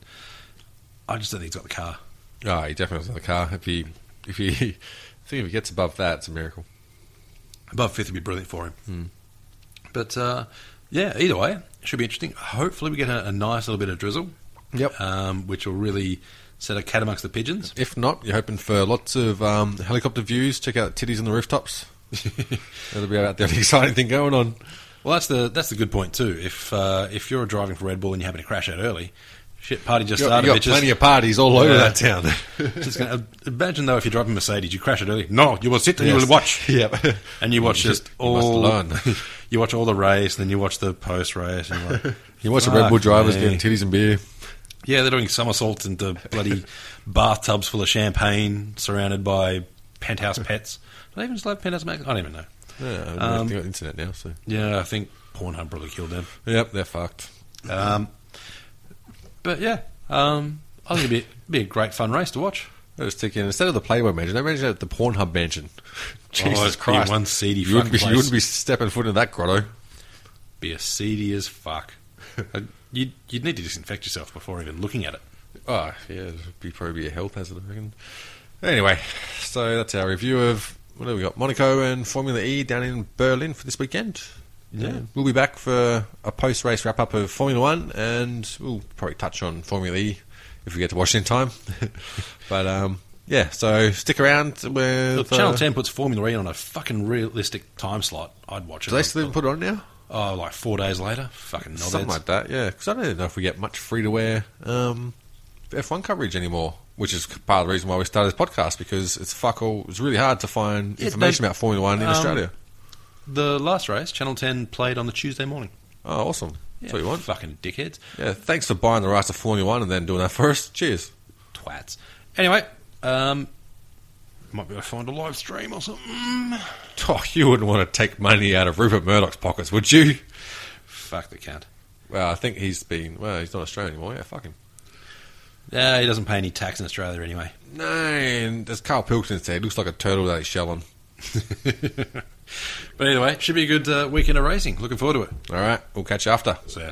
[SPEAKER 2] I just don't think he's got the car.
[SPEAKER 3] Oh, he definitely was in the car. If he, if he, I think if he gets above that, it's a miracle.
[SPEAKER 2] Above fifth would be brilliant for him.
[SPEAKER 3] Hmm.
[SPEAKER 2] But uh, yeah, either way, it should be interesting. Hopefully, we get a, a nice little bit of drizzle.
[SPEAKER 3] Yep.
[SPEAKER 2] Um, which will really set a cat amongst the pigeons.
[SPEAKER 3] If not, you're hoping for lots of um, helicopter views. Check out titties on the rooftops. That'll be about the only exciting thing going on.
[SPEAKER 2] Well, that's the that's the good point too. If uh, if you're driving for Red Bull and you happen to crash out early, shit, party just
[SPEAKER 3] You got,
[SPEAKER 2] started.
[SPEAKER 3] you got
[SPEAKER 2] bitches.
[SPEAKER 3] plenty of parties all over
[SPEAKER 2] Yeah.
[SPEAKER 3] that town.
[SPEAKER 2] Just gonna, imagine though, if you're driving Mercedes, you crash out early. No, you will sit and you
[SPEAKER 3] Yes.
[SPEAKER 2] will watch.
[SPEAKER 3] Yep.
[SPEAKER 2] and you watch
[SPEAKER 3] You
[SPEAKER 2] just
[SPEAKER 3] must
[SPEAKER 2] all.
[SPEAKER 3] learn.
[SPEAKER 2] you watch all the race, and then you watch the post race. and you're like,
[SPEAKER 3] You watch the Red Bull
[SPEAKER 2] "Fuck
[SPEAKER 3] drivers
[SPEAKER 2] me."
[SPEAKER 3] getting titties and beer.
[SPEAKER 2] Yeah, they're doing somersaults into bloody bathtubs full of champagne, surrounded by penthouse pets. Do they even still have penthouse magazines? I don't even know.
[SPEAKER 3] Yeah,
[SPEAKER 2] Um,
[SPEAKER 3] they got internet now, so
[SPEAKER 2] Yeah, I think Pornhub probably killed them.
[SPEAKER 3] yep, they're fucked.
[SPEAKER 2] Um, but yeah, um, I think it'd be, be a great fun race to watch.
[SPEAKER 3] I was thinking instead of the Playboy Mansion, I mentioned the Pornhub Mansion. Jesus
[SPEAKER 2] Oh, it'd be
[SPEAKER 3] Christ,
[SPEAKER 2] one seedy
[SPEAKER 3] you wouldn't, be,
[SPEAKER 2] fucking
[SPEAKER 3] you
[SPEAKER 2] place.
[SPEAKER 3] wouldn't be stepping foot in that grotto.
[SPEAKER 2] Be as seedy as fuck. Uh, you'd, you'd need to disinfect yourself before even looking at it.
[SPEAKER 3] Oh, yeah, it would be probably a health hazard, I reckon. Anyway, so that's our review of what have we got? Monaco and Formula E down in Berlin for this weekend.
[SPEAKER 2] Yeah.
[SPEAKER 3] we'll be back for a post race wrap up of Formula One, and we'll probably touch on Formula E if we get to watch it in time. but um, yeah, so stick around. With,
[SPEAKER 2] Look, Channel
[SPEAKER 3] uh,
[SPEAKER 2] Ten puts Formula E on a fucking realistic time slot. I'd watch it.
[SPEAKER 3] Do they still even put it on now?
[SPEAKER 2] oh, like four days later. Fucking knobheads.
[SPEAKER 3] Something like that, yeah. Because I don't even know if we get much free to wear um, F1 coverage anymore, which is part of the reason why we started this podcast because it's fuck all. It's really hard to find
[SPEAKER 2] Yeah,
[SPEAKER 3] information
[SPEAKER 2] they-
[SPEAKER 3] about Formula One in
[SPEAKER 2] um,
[SPEAKER 3] Australia.
[SPEAKER 2] The last race, Channel Ten played on the Tuesday morning.
[SPEAKER 3] Oh, awesome. That's what you want.
[SPEAKER 2] Fucking dickheads,
[SPEAKER 3] Yeah, thanks for buying the rights to Formula One and then doing that for us. Cheers.
[SPEAKER 2] twats. Anyway, um, might be able to find a live stream or something.
[SPEAKER 3] Oh, you wouldn't want to take money out of Rupert Murdoch's pockets, would you?
[SPEAKER 2] Fuck the cunt.
[SPEAKER 3] Well, I think he's been. Well, he's not Australian anymore. Yeah, fuck him.
[SPEAKER 2] Yeah, he doesn't pay any tax in Australia anyway.
[SPEAKER 3] No, and as Carl Pilkington said, he looks like a turtle without his shell on.
[SPEAKER 2] But anyway, should be a good uh, weekend of racing. Looking forward to it.
[SPEAKER 3] All right, we'll catch you after.
[SPEAKER 2] So yeah.